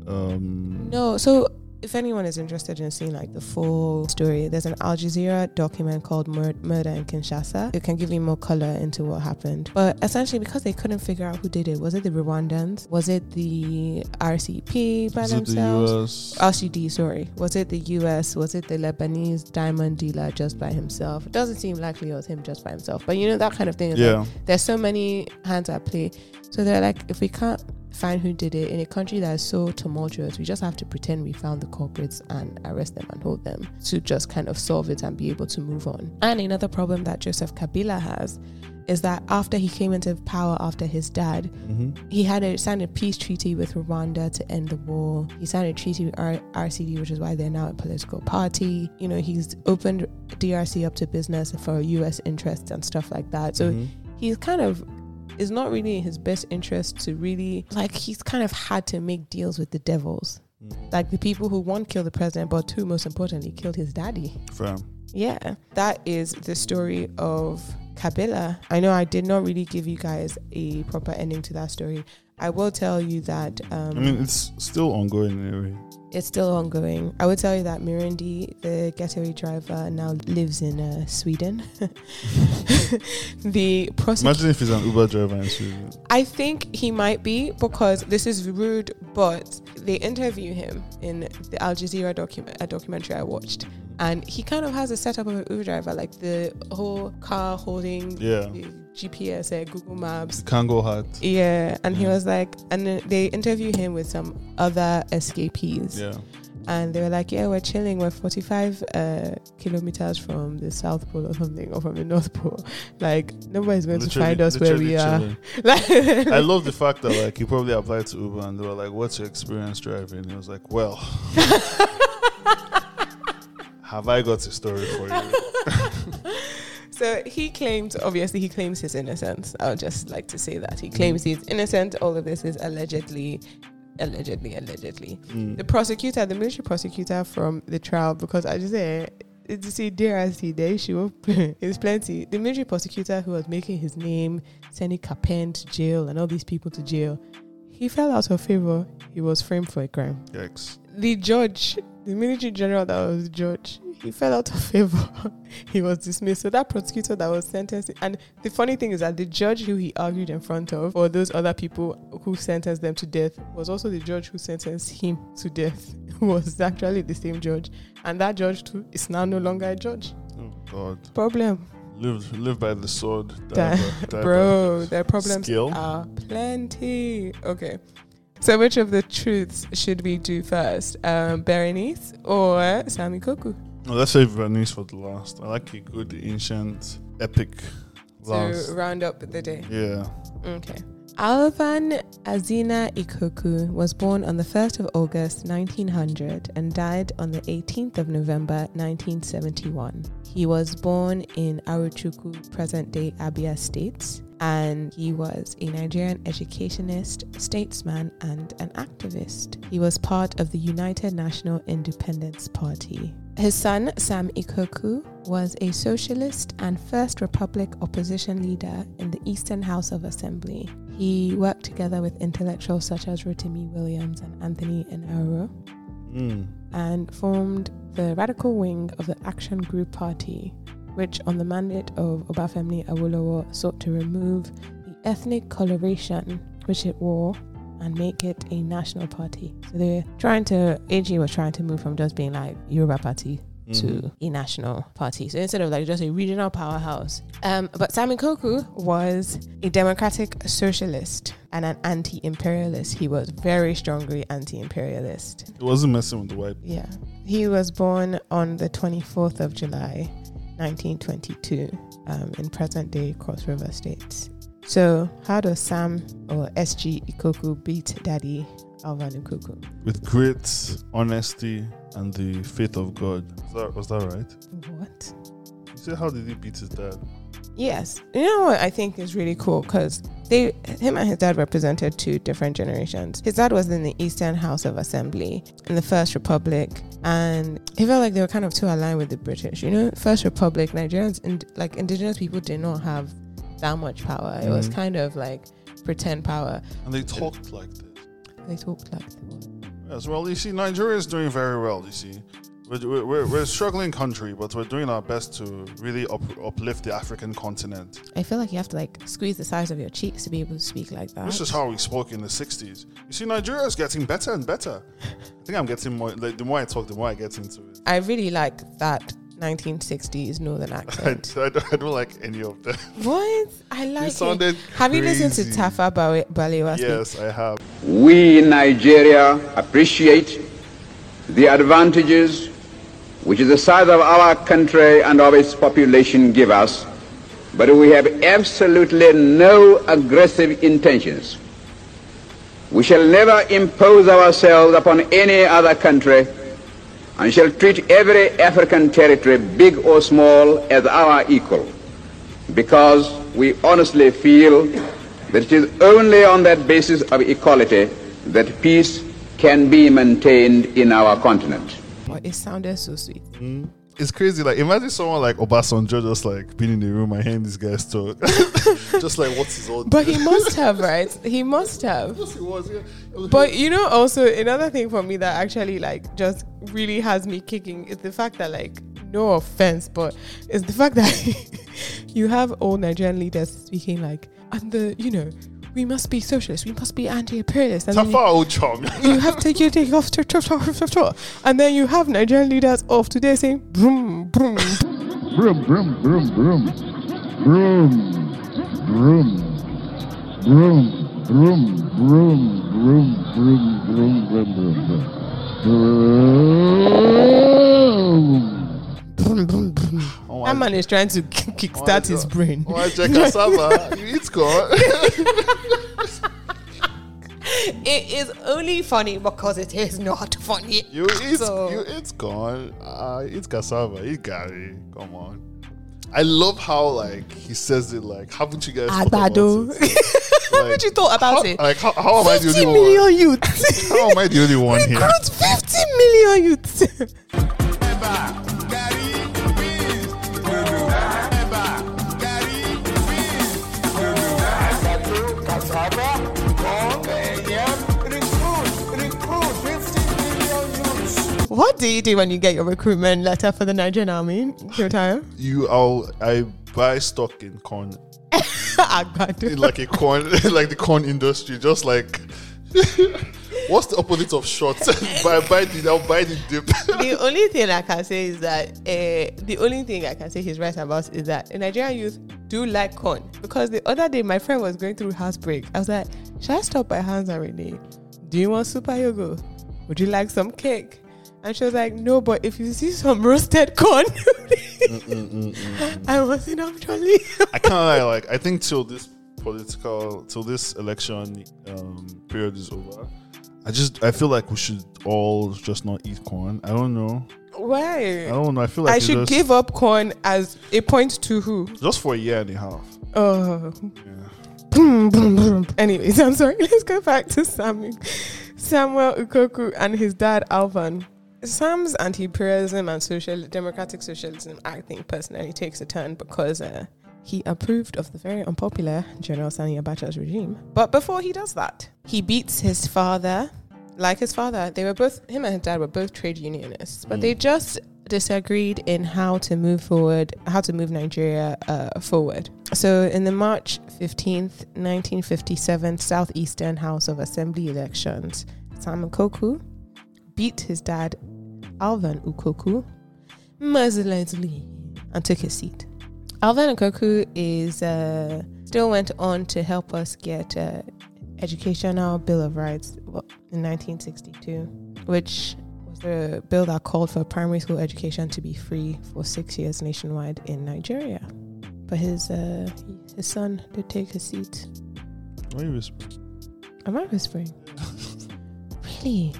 [SPEAKER 2] Um,
[SPEAKER 1] no. So if anyone is interested in seeing like the full story, there's an Al Jazeera document called Mur- "Murder in Kinshasa." It can give you more color into what happened. But essentially, because they couldn't figure out who did it, was it the Rwandans? Was it the RCP by
[SPEAKER 2] Is it the
[SPEAKER 1] themselves?
[SPEAKER 2] US?
[SPEAKER 1] RCD, sorry. Was it the US? Was it the Lebanese diamond dealer just by himself? It doesn't seem likely it was him just by himself. But you know, that kind of thing. is like,
[SPEAKER 2] yeah.
[SPEAKER 1] there's so many hands at play. So they're like, if we can't find who did it in a country that is so tumultuous, we just have to pretend we found the culprits and arrest them and hold them to just kind of solve it and be able to move on. And another problem that Joseph Kabila has is that after he came into power after his dad,
[SPEAKER 2] hmm
[SPEAKER 1] he had a, signed a peace treaty with Rwanda to end the war. He signed a treaty with R- RCD, which is why they're now a political party. You know, he's opened DRC up to business for U.S. interests and stuff like that. So
[SPEAKER 2] mm-hmm.
[SPEAKER 1] he's kind of is not really in his best interest to really like he's kind of had to make deals with the devils, like the people who one killed the president, but two most importantly killed his daddy.
[SPEAKER 2] Fair.
[SPEAKER 1] Yeah, that is the story of Kabila. I know I did not really give you guys a proper ending to that story. I will tell you that um,
[SPEAKER 2] I mean, it's still ongoing anyway.
[SPEAKER 1] it's still ongoing. I will tell you that Mirundi, the getaway driver, now lives in uh, Sweden. the prosecutor.
[SPEAKER 2] Imagine if he's an Uber driver in Sweden.
[SPEAKER 1] I think he might be because this is rude, but they interview him in the Al Jazeera document, a documentary I watched, and he kind of has a setup of an Uber driver, like the whole car holding
[SPEAKER 2] Yeah.
[SPEAKER 1] the GPS, uh, Google Maps.
[SPEAKER 2] Kango hat.
[SPEAKER 1] Yeah, and he
[SPEAKER 2] Yeah.
[SPEAKER 1] was like, and then they interview him with some other escapees,
[SPEAKER 2] Yeah.
[SPEAKER 1] and they were like, "Yeah, we're chilling. We're 45 uh, kilometers from the South Pole or something, or from the North Pole. Like nobody's going to
[SPEAKER 2] Literally-
[SPEAKER 1] find us where
[SPEAKER 2] literally
[SPEAKER 1] we are."
[SPEAKER 2] chilling. I love the fact that like he probably applied to Uber and they were like, "What's your experience driving?" He was like, "Well, have I got a story for you?"
[SPEAKER 1] So he claims, obviously, he claims his innocence. I would just like to say that he claims he's innocent. All of this is allegedly, allegedly, allegedly.
[SPEAKER 2] Mm,
[SPEAKER 1] The prosecutor, the military prosecutor from the trial, because I just say it's see there as he the issue is plenty. The military prosecutor who was making his name, sending Capen to jail and all these people to jail, he fell out of favor. He was framed for a crime
[SPEAKER 2] Yikes!
[SPEAKER 1] the judge, the military general that was the judge, he fell out of favor. he was dismissed. So that prosecutor that was sentenced, and the funny thing is that the judge who he argued in front of, or those other people who sentenced them to death, was also the judge who sentenced him to death. was actually the same judge, and that judge too is now no longer a judge.
[SPEAKER 2] Oh God!
[SPEAKER 1] Problem,
[SPEAKER 2] Live live by the sword,
[SPEAKER 1] Da-
[SPEAKER 2] die by- die by
[SPEAKER 1] bro.
[SPEAKER 2] the
[SPEAKER 1] Their problems
[SPEAKER 2] Skill.
[SPEAKER 1] are plenty. Okay. So, which of the truths should we do first, um, Berenice or Sami Koku?
[SPEAKER 2] Well, let's save Bernice for the last. I like a good ancient epic last.
[SPEAKER 1] to round up the day.
[SPEAKER 2] yeah.
[SPEAKER 1] Okay. Alvan Azina Ikoku was born on the 1st of August 1900 and died on the 18th of November 1971. He was born in Aruchuku, present day Abia State, and he was a Nigerian educationist, statesman, and an activist. He was part of the United National Independence Party. His son, Sam Ikoku, was a socialist and First Republic opposition leader in the Eastern House of Assembly. He worked together with intellectuals such as Rotimi Williams and Anthony Enaro
[SPEAKER 2] Mm.
[SPEAKER 1] and formed the radical wing of the Action Group Party, which, on the mandate of Obafemi Awolowo, sought to remove the ethnic coloration which it wore and make it a national party. So they're trying to, AG was trying to move from just being like Yoruba Party
[SPEAKER 2] mm. Mm-hmm.
[SPEAKER 1] to a national party. So instead of like just a regional powerhouse. Um, but Simon Koku was a democratic socialist and an anti imperialist. He was very strongly anti imperialist.
[SPEAKER 2] It wasn't messing with the white.
[SPEAKER 1] Yeah. He was born on the 24th of July, 1922, um, in present day Cross River State. So, how does Sam or SG Ikoku beat Daddy Alvan Ikoku?
[SPEAKER 2] With great honesty and the faith of God. Was that, was that right?
[SPEAKER 1] What?
[SPEAKER 2] You said, how did he beat his dad?
[SPEAKER 1] Yes. You know what I think is really cool because they, him and his dad represented two different generations. His dad was in the Eastern House of Assembly in the First Republic, and he felt like they were kind of too aligned with the British. You know, First Republic Nigerians and like indigenous people did not have that much power. It was
[SPEAKER 2] Mhm.
[SPEAKER 1] kind of like pretend power.
[SPEAKER 2] And they talked like this.
[SPEAKER 1] They talked like that.
[SPEAKER 2] Yes, well, you see, Nigeria is doing very well, you see. We're, we're- we're, we're a struggling country, but we're doing our best to really up, uplift the African continent,
[SPEAKER 1] I feel like you have to like squeeze the size of your cheeks to be able to speak like that.
[SPEAKER 2] which is how we spoke in the 60s. You see, Nigeria is getting better and better. I think I'm getting more, like, the more I talk, the more I get into it.
[SPEAKER 1] I really like that 1960s northern
[SPEAKER 2] I,
[SPEAKER 1] accent.
[SPEAKER 2] I don't, I don't like any of them.
[SPEAKER 1] what? I like
[SPEAKER 2] it
[SPEAKER 1] it.
[SPEAKER 2] sounded
[SPEAKER 1] Have you listened to
[SPEAKER 2] crazy.
[SPEAKER 1] Tafa Bale- Balewa speak?
[SPEAKER 2] Yes, I have.
[SPEAKER 3] We in Nigeria appreciate the advantages which the size of our country and of its population give us, but we have absolutely no aggressive intentions. We shall never impose ourselves upon any other country and shall treat every African territory, big or small, as our equal because we honestly feel that it is only on that basis of equality that peace can be maintained in our continent.
[SPEAKER 1] But it sounded so sweet.
[SPEAKER 2] Mm. It's crazy. Like, imagine someone like Obasanjo just like being in the room and hearing this guy's talk. just like, what's his old.
[SPEAKER 1] But he must have, right? He must have.
[SPEAKER 2] Yes, it was, yeah. It was-
[SPEAKER 1] But you know, also another thing for me that actually like just really has me kicking is the fact that like no offense, but it's the fact that you have all Nigerian leaders speaking like and the you know we must be socialist, we must be anti-imperialist, and then you-
[SPEAKER 2] Tafa Ochong.
[SPEAKER 1] you have to you take off tr- tr- tr- tr- tr- tr- and then you have Nigerian leaders of today saying broom broom
[SPEAKER 4] Broom, broom, broom, broom. Broom, broom. Broom, broom, broom, broom, broom, broom, broom, broom, broom. Broom.
[SPEAKER 1] broom broom broom.
[SPEAKER 2] Oh my Oh,
[SPEAKER 1] That man is trying to k- kickstart his brain.
[SPEAKER 2] Why check cassava? you eat corn.
[SPEAKER 5] It is only funny because it is not funny.
[SPEAKER 2] You eat
[SPEAKER 5] So-
[SPEAKER 2] you eat corn. Uh, eat cassava. Eat gari. Come on. I love how like he says it like haven't you guys
[SPEAKER 1] Ah,
[SPEAKER 2] thought about
[SPEAKER 1] Abado.
[SPEAKER 2] it?
[SPEAKER 1] Haven't you thought
[SPEAKER 2] how,
[SPEAKER 1] about it?
[SPEAKER 2] Like how, how am I the
[SPEAKER 1] 50
[SPEAKER 2] only one?
[SPEAKER 1] million youths.
[SPEAKER 2] How am I the only one here?
[SPEAKER 1] Recruit 50 million youths. What do you do when you get your recruitment letter for the Nigerian army, Kyotayo?
[SPEAKER 2] You I'll, I buy stock in corn. In
[SPEAKER 1] Ah, Agbado.
[SPEAKER 2] like a corn like the corn industry, just like What's the opposite of short? buy, buy the, I'll buy the dip.
[SPEAKER 1] the only thing I can say is that uh, the only thing I can say he's right about is that Nigerian youth do like corn because the other day my friend was going through housebreak. I was like, should I stop by Hans and Renee? Do you want super yogo? Would you like some cake? And she was like, no, but if you see some roasted corn, I was in actually.
[SPEAKER 2] I can't lie, like I think till this political till this election um, period is over, I just I feel like we should all just not eat corn. I don't know. I
[SPEAKER 1] Why?
[SPEAKER 2] don't know. I feel like
[SPEAKER 1] I
[SPEAKER 2] it's
[SPEAKER 1] should
[SPEAKER 2] just,
[SPEAKER 1] give up corn as a point to who?
[SPEAKER 2] just for a year and a half.
[SPEAKER 1] Oh. Anyways, I'm sorry. Let's go back to Samuel, Samuel Ukoku and his dad Alvan. Sam's anti-imperialism and social democratic socialism, I think personally, takes a turn because uh, he approved of the very unpopular General Sani Abacha's regime. But before he does that, he beats his father. Like his father, they were both him and his dad were both trade unionists, but they just disagreed in how to move forward, how to move Nigeria uh, forward. So, in the March 15th, 1957 Southeastern House of Assembly elections, Simon Koku beat his dad, Alvan Ukoku, mercilessly and took his seat. Alvin Okoku is uh, still went on to help us get uh, educational bill of rights well, in 1962, which was the bill that called for primary school education to be free for six years nationwide in Nigeria. But his uh, his son did take his seat.
[SPEAKER 2] Why are you whispering?
[SPEAKER 1] Am I whispering? really?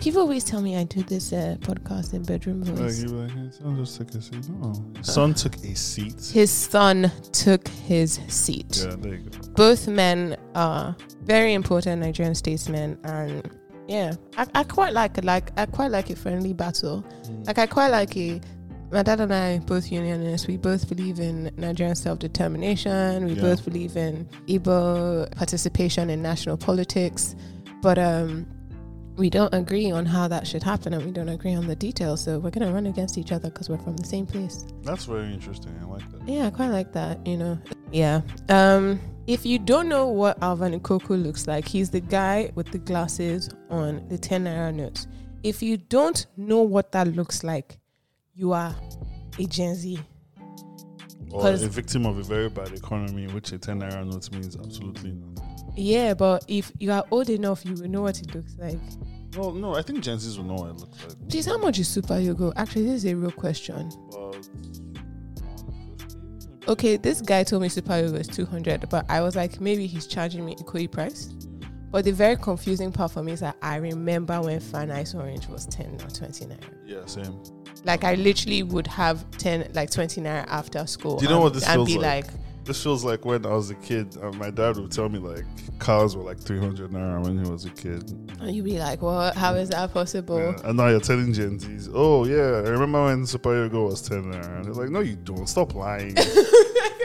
[SPEAKER 1] People always tell me I do this uh, podcast in bedroom
[SPEAKER 2] Like,
[SPEAKER 1] voice.
[SPEAKER 2] you were like, his son just took a seat. No. His son took a seat.
[SPEAKER 1] His son took his seat.
[SPEAKER 2] Yeah, there you go.
[SPEAKER 1] both men are very important Nigerian statesmen, and yeah, I, I quite like like I quite like a friendly battle. Like I quite like a. My dad and I both unionists. We both believe in Nigerian self determination. We
[SPEAKER 2] Yeah.
[SPEAKER 1] both believe in Igbo participation in national politics, but um, we don't agree on how that should happen, and we don't agree on the details. So we're gonna run against each other because we're from the same place.
[SPEAKER 2] That's very interesting. I like that.
[SPEAKER 1] Yeah, I quite like that, you know. Yeah. Um if you don't know what Alvin Nkoku looks like, he's the guy with the glasses on the 10 naira notes. If you don't know what that looks like, you are a Gen Z.
[SPEAKER 2] Or a
[SPEAKER 1] 'Cause-
[SPEAKER 2] victim of a very bad economy, which a 10 naira note means absolutely nothing.
[SPEAKER 1] Yeah, but if you are old enough, you will know what it looks like.
[SPEAKER 2] Well, no, I think Gen Z's will know what it looks like.
[SPEAKER 1] Please, how much is Super Yogo? Actually, this is a real question.
[SPEAKER 2] About 150, maybe?
[SPEAKER 1] Okay, this guy told me Super Yogo is 200, but I was like, maybe he's charging me equally price. But the very confusing part for me is that I remember when Fan Ice Orange was 10 or 29.
[SPEAKER 2] Yeah, same.
[SPEAKER 1] Like, I literally would have 10, like 29 after school.
[SPEAKER 2] Do you know
[SPEAKER 1] and-
[SPEAKER 2] what this
[SPEAKER 1] and
[SPEAKER 2] feels
[SPEAKER 1] be
[SPEAKER 2] like? This feels like when I was a kid. Uh, my dad would tell me like cars were like 300 naira when he was a kid.
[SPEAKER 1] and you'd be like, what? How is that possible?
[SPEAKER 2] Yeah. And now you're telling Gen Z's, oh yeah, I remember when Super Go was 10 naira. And they're like, no, you don't. Stop lying.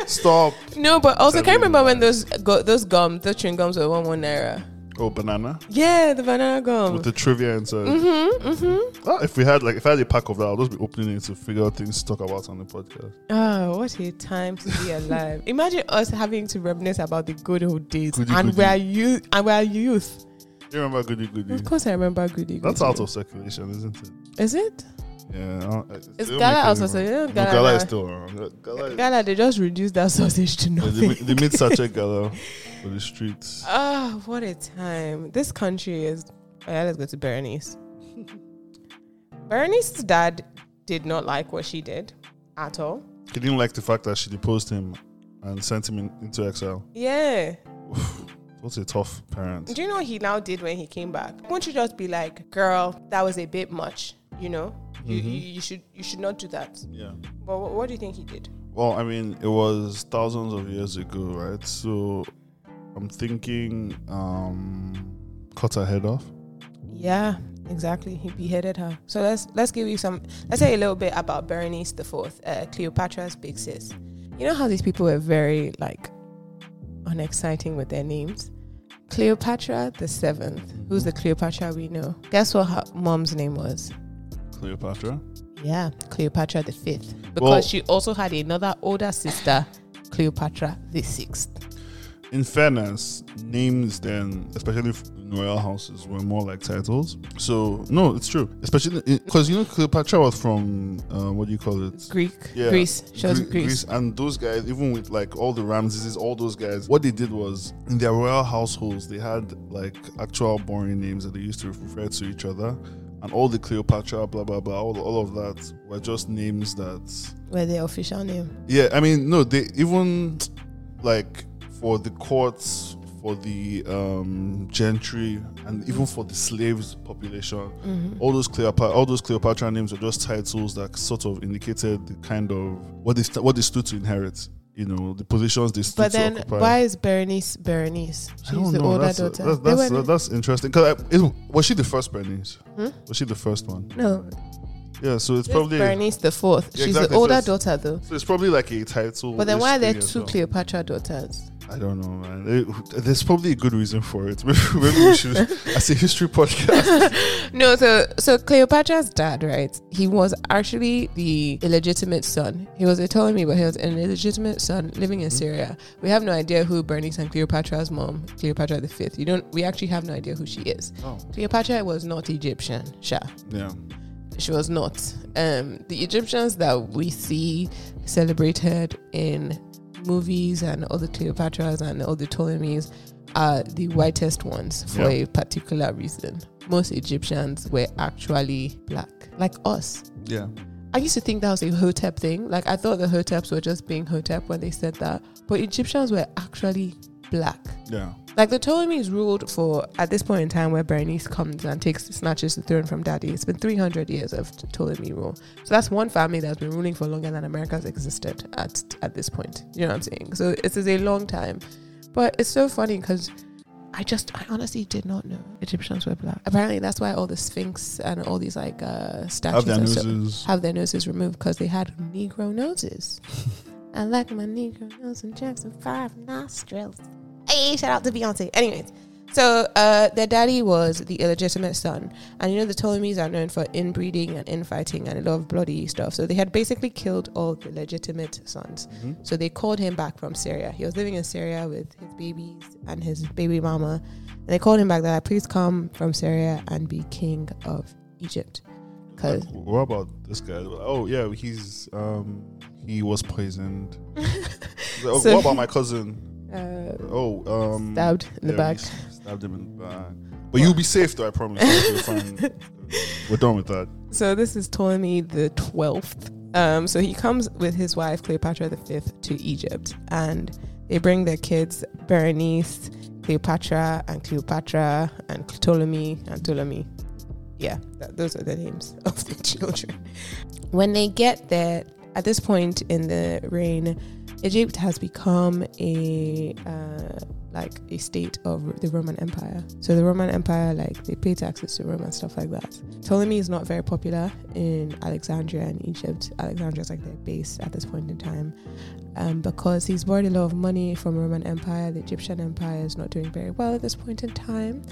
[SPEAKER 2] Stop.
[SPEAKER 1] No, but also, can you
[SPEAKER 2] Totally.
[SPEAKER 1] remember when those go, those gums, those chewing gums were one one naira?
[SPEAKER 2] Oh, banana
[SPEAKER 1] Yeah, the banana
[SPEAKER 2] with
[SPEAKER 1] gum.
[SPEAKER 2] the trivia inside.
[SPEAKER 1] Mm-hmm, mm-hmm.
[SPEAKER 2] Ah, if we had like if I had a pack of that, I'll just be opening it to figure out things to talk about on the podcast.
[SPEAKER 1] Oh, what a time to be alive! Imagine us having to reminisce about the good old days,
[SPEAKER 2] Goody,
[SPEAKER 1] and
[SPEAKER 2] goody.
[SPEAKER 1] we are youth, and we are youth.
[SPEAKER 2] Do you remember Goody Goody?
[SPEAKER 1] Of course, I remember Goody.
[SPEAKER 2] That's
[SPEAKER 1] Goody.
[SPEAKER 2] out of circulation, isn't it?
[SPEAKER 1] Is it?
[SPEAKER 2] Yeah. uh, I don't- I- they
[SPEAKER 1] It's Gala
[SPEAKER 2] don't make
[SPEAKER 1] out
[SPEAKER 2] any
[SPEAKER 1] of
[SPEAKER 2] more.
[SPEAKER 1] circulation.
[SPEAKER 2] No,
[SPEAKER 1] Gala-
[SPEAKER 2] Gala is still around. Gala is-
[SPEAKER 1] Gala, they just reduced that sausage to
[SPEAKER 2] Yeah, they,
[SPEAKER 1] nothing.
[SPEAKER 2] ma- they made such a gala for the streets.
[SPEAKER 1] oh, what a time! This country is. Oh, yeah, let's go to Berenice. Berenice's dad did not like what she did at all.
[SPEAKER 2] He didn't like the fact that she deposed him and sent him in, into exile.
[SPEAKER 1] Yeah.
[SPEAKER 2] What's a tough parent.
[SPEAKER 1] Do you know what he now did when he came back? Won't you just be like, "Girl, that was a bit much," you know? You,
[SPEAKER 2] Mm-hmm.
[SPEAKER 1] you, you should you should not do that.
[SPEAKER 2] Yeah.
[SPEAKER 1] But what, what do you think he did?
[SPEAKER 2] Well, I mean, it was thousands of years ago, right? So I'm thinking um cut her head off.
[SPEAKER 1] Yeah, exactly. He beheaded her. So let's let's give you some. Let's say a little bit about Berenice the Fourth, uh, Cleopatra's big sis. You know how these people were very like unexciting with their names. Cleopatra the Seventh, who's the Cleopatra we know. Guess what her mom's name was?
[SPEAKER 2] Cleopatra.
[SPEAKER 1] Yeah, Cleopatra the Fifth, because
[SPEAKER 2] Well-
[SPEAKER 1] she also had another older sister, Cleopatra the Sixth.
[SPEAKER 2] In fairness, names then, especially f- in royal houses, were more like titles. So no, it's true. Especially because you know Cleopatra was from uh, what do you call it?
[SPEAKER 1] Greek,
[SPEAKER 2] Yeah.
[SPEAKER 1] Greece. She was
[SPEAKER 2] Gre-
[SPEAKER 1] Greece.
[SPEAKER 2] And those guys, even with like all the Ramses, all those guys, what they did was in their royal households, they had like actual boring names that they used to refer to each other. And all the Cleopatra, blah, blah, blah, all, all of that were just names that.
[SPEAKER 1] Were their official name?
[SPEAKER 2] Yeah, I mean, no, they even like for the courts, for the um, gentry, and even for the slaves population,
[SPEAKER 1] Mm-hmm.
[SPEAKER 2] all those Cleopatra, all those Cleopatra names were just titles that sort of indicated the kind of what they st- what they stood to inherit. You know, the positions they stood
[SPEAKER 1] But then,
[SPEAKER 2] to occupy.
[SPEAKER 1] why is Berenice Berenice?
[SPEAKER 2] I don't
[SPEAKER 1] She's the
[SPEAKER 2] know.
[SPEAKER 1] older
[SPEAKER 2] that's,
[SPEAKER 1] daughter.
[SPEAKER 2] That's,
[SPEAKER 1] They
[SPEAKER 2] that's,
[SPEAKER 1] were-
[SPEAKER 2] that's interesting. Cause I, it, was she the first Bernice?
[SPEAKER 1] Hmm?
[SPEAKER 2] Was she the first one?
[SPEAKER 1] no,
[SPEAKER 2] Yeah. So it's
[SPEAKER 1] probably
[SPEAKER 2] probably
[SPEAKER 1] Berenice the fourth.
[SPEAKER 2] Yeah,
[SPEAKER 1] She's
[SPEAKER 2] exactly,
[SPEAKER 1] the older
[SPEAKER 2] first.
[SPEAKER 1] daughter, though.
[SPEAKER 2] so it's probably like a title.
[SPEAKER 1] But then, why are there
[SPEAKER 2] thing as
[SPEAKER 1] two
[SPEAKER 2] well.
[SPEAKER 1] Cleopatra daughters?
[SPEAKER 2] I don't know, man. It- there's probably a good reason for it. Maybe, maybe we should, as a history podcast,
[SPEAKER 1] No, so so Cleopatra's dad, right? He was actually the illegitimate son. He was a Ptolemy, but he was an illegitimate son living
[SPEAKER 2] Mm-hmm.
[SPEAKER 1] in Syria. We have no idea who Bernice and Cleopatra's mom, Cleopatra the fifth. You don't. We actually have no idea who she is.
[SPEAKER 2] Oh.
[SPEAKER 1] Cleopatra was not Egyptian. Sha.
[SPEAKER 2] yeah,
[SPEAKER 1] she was not. Um, the Egyptians that we see celebrated in movies and all the Cleopatras and all the Ptolemies are the whitest ones for
[SPEAKER 2] Yeah.
[SPEAKER 1] a particular reason. Most Egyptians were actually black, like us.
[SPEAKER 2] Yeah.
[SPEAKER 1] I used to think that was a Hotep thing. Like I thought the Hoteps were just being Hotep when they said that, but Egyptians were actually black.
[SPEAKER 2] Yeah.
[SPEAKER 1] Like the Ptolemies ruled for at this point in time where Berenice comes and takes snatches the throne from daddy. It's been 300 years of Ptolemy rule. So that's one family that's been ruling for longer than America's existed at at this point. You know what I'm saying? So it is a long time. But it's so funny because I just I honestly did not know Egyptians were black. Apparently that's why all the Sphinx and all these like uh statues
[SPEAKER 2] Have their
[SPEAKER 1] are so-
[SPEAKER 2] noses.
[SPEAKER 1] have their noses removed because they had Negro noses. I like my Negro nose and Jackson Five nostrils. Hey, shout out to Beyonce. Anyways, so uh, their daddy was the illegitimate son, and you know the Ptolemies are known for inbreeding and infighting and a lot of bloody stuff. So they had basically killed all the legitimate sons.
[SPEAKER 2] Hmm?
[SPEAKER 1] So they called him back from Syria. He was living in Syria with his babies and his baby mama, and they called him back. They're like, "Please come from Syria and be king of Egypt." Because
[SPEAKER 2] What about this guy? Oh yeah, he's um he was poisoned. Oh,
[SPEAKER 1] So-
[SPEAKER 2] what about my cousin?
[SPEAKER 1] uh,
[SPEAKER 2] Oh, um
[SPEAKER 1] stabbed in the
[SPEAKER 2] yeah, we
[SPEAKER 1] back.
[SPEAKER 2] s- Stabbed him in the back. But you'll be safe though, I promise. You'll be fine. We're done with that.
[SPEAKER 1] So this is Ptolemy the twelfth. Um, so he comes with his wife Cleopatra the fifth to Egypt, and they bring their kids Berenice, Cleopatra, and Cleopatra, and Ptolemy, and Ptolemy. Yeah, that, those are the names of the children. When they get there, at this point in the reign, Egypt has become a uh, like a state of the Roman Empire. So the Roman Empire, like they pay taxes to Rome and stuff like that. Ptolemy is not very popular in Alexandria and Egypt. Alexandria is like their base at this point in time um, because he's borrowed a lot of money from Roman Empire. The Egyptian Empire is not doing very well at this point in time.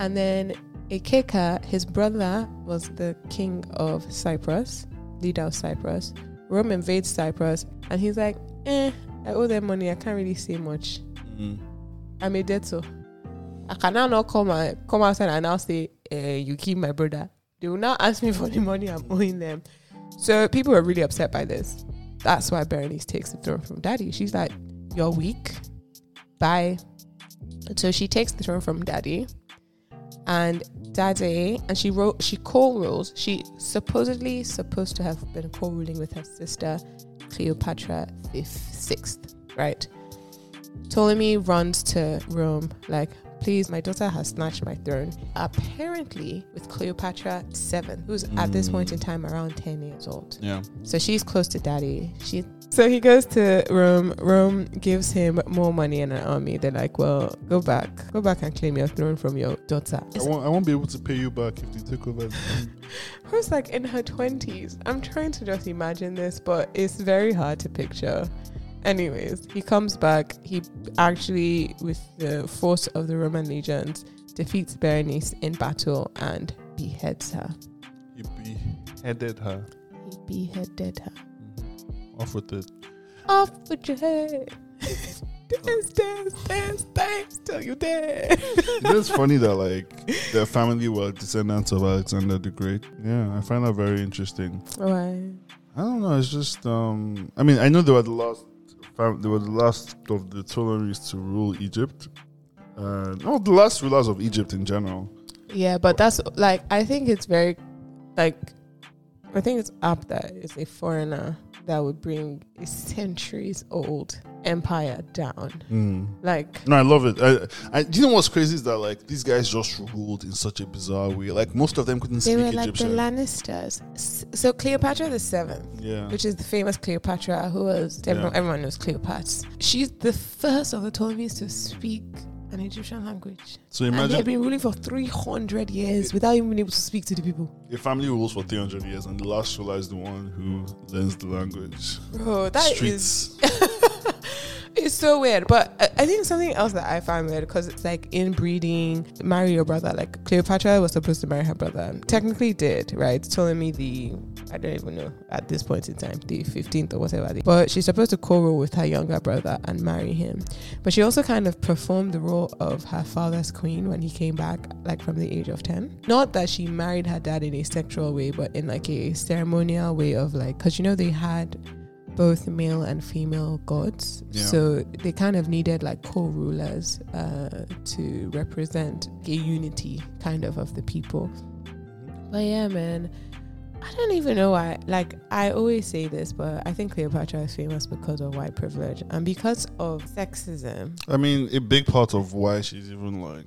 [SPEAKER 1] And then Ikeka, his brother, was the king of Cyprus, leader of Cyprus. Rome invades Cyprus, and he's like, eh, I owe them money. I can't really say much. I'm a debtor. I can now not come and come outside and now say, eh, you keep my brother. They will now ask me for the money I'm owing them. So people were really upset by this. That's why Berenice takes the throne from daddy. She's like, You're weak. Bye. So she takes the throne from daddy. And daddy, and she wrote, she co rules. She supposedly supposed to have been co ruling with her sister, Cleopatra the sixth, right? Ptolemy runs to Rome, like, please, my daughter has snatched my throne. Apparently, with Cleopatra VII, who's at this point in time around 10 years old.
[SPEAKER 2] Yeah.
[SPEAKER 1] So she's close to daddy. She so he goes to Rome. Rome gives him more money and an army. They're like, "Well, go back, go back and claim your throne from your daughter."
[SPEAKER 2] I
[SPEAKER 1] It's-
[SPEAKER 2] won't, I won't be able to pay you back if they take over.
[SPEAKER 1] Who's like in her twenties? I'm trying to just imagine this, but it's very hard to picture. Anyways, he comes back. He actually, with the force of the Roman legions, defeats Berenice in battle and beheads her.
[SPEAKER 2] You beheaded her. Mm-hmm.
[SPEAKER 1] He beheaded her.
[SPEAKER 2] Off with it.
[SPEAKER 1] off with your head. dance, dance, dance, dance till you dead.
[SPEAKER 2] It is funny that like their family were descendants of Alexander the Great. Yeah, I find that very interesting.
[SPEAKER 1] Why?
[SPEAKER 2] I don't know. It's just um. I mean, I know they were the last. Fam- they were the last of the Ptolemies to rule Egypt. Uh, no, the last rulers of Egypt in general.
[SPEAKER 1] Yeah, but that's like I think it's very, like, I think it's up that it's a foreigner that would bring a centuries old empire down.
[SPEAKER 2] Mm.
[SPEAKER 1] Like,
[SPEAKER 2] No, I love it. I, I, do you know what's crazy is that like these guys just ruled in such a bizarre way. Like most of them couldn't
[SPEAKER 1] they
[SPEAKER 2] speak
[SPEAKER 1] were like the
[SPEAKER 2] Egyptian.
[SPEAKER 1] Lannisters. S- So Cleopatra the Seventh,
[SPEAKER 2] yeah,
[SPEAKER 1] which is the famous Cleopatra, who was everyone,
[SPEAKER 2] Yeah.
[SPEAKER 1] everyone knows Cleopatra. She's the first of the Ptolemies to speak an Egyptian language.
[SPEAKER 2] So
[SPEAKER 1] and they've
[SPEAKER 2] imagine
[SPEAKER 1] been ruling for 300 years without even being able to speak to the people.
[SPEAKER 2] a family rules for 300 years, and the last ruler is the one who learns the language.
[SPEAKER 1] Bro, that is
[SPEAKER 2] Streets.
[SPEAKER 1] it's so weird. But I, I think something else that I find weird because it's like inbreeding, marry your brother. Like Cleopatra was supposed to marry her brother, technically did, right? Ptolemy the I don't even know at this point in time, the 15th or whatever. But she's supposed to co role with her younger brother and marry him. But she also kind of performed the role of her father's queen when he came back, like from the age of 10. Not that she married her dad in a sexual way, but in like a ceremonial way of like, because you know, they had both male and female gods.
[SPEAKER 2] Yeah.
[SPEAKER 1] So they kind of needed like co rulers uh, to represent a unity kind of of the people. But yeah, man, I don't even know why. Like, I always say this, but I think Cleopatra is famous because of white privilege and because of sexism.
[SPEAKER 2] I mean, a big part of why she's even like,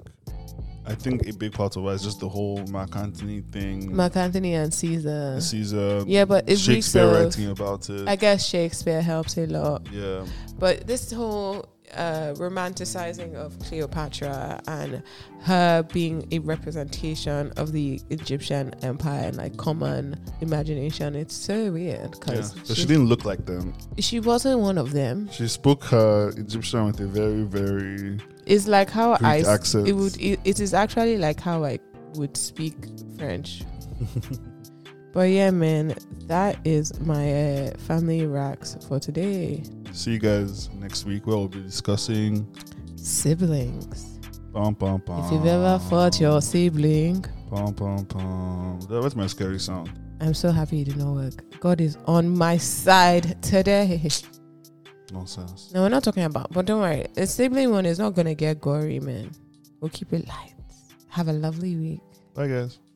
[SPEAKER 2] I think a big part of why is just the whole Mark Antony thing.
[SPEAKER 1] Mark Antony and Caesar.
[SPEAKER 2] Caesar.
[SPEAKER 1] Yeah, but it reeks
[SPEAKER 2] Shakespeare
[SPEAKER 1] of.
[SPEAKER 2] writing about it.
[SPEAKER 1] I guess Shakespeare helps a lot.
[SPEAKER 2] yeah.
[SPEAKER 1] But this whole uh, romanticizing of Cleopatra and her being a representation of the Egyptian empire and like common imagination, it's so weird
[SPEAKER 2] Yeah.
[SPEAKER 1] because
[SPEAKER 2] So she didn't look like them.
[SPEAKER 1] she wasn't one of them.
[SPEAKER 2] She spoke her Egyptian with a very, very
[SPEAKER 1] It's like how
[SPEAKER 2] Greek
[SPEAKER 1] I s-
[SPEAKER 2] accent.
[SPEAKER 1] it would it, it is actually like how I would speak French. but yeah, man, that is my uh, family racks for today.
[SPEAKER 2] See you guys next week where we'll be discussing.
[SPEAKER 1] Siblings.
[SPEAKER 2] Bum, bum, bum,
[SPEAKER 1] If you've ever fought your sibling,
[SPEAKER 2] Bum, bum, bum. That was my scary sound.
[SPEAKER 1] I'm so happy it did not work. God is on my side today.
[SPEAKER 2] Nonsense.
[SPEAKER 1] No, we're not talking about, but don't worry. The sibling one is not gonna get gory, man. We'll keep it light. Have a lovely week.
[SPEAKER 2] Bye, guys.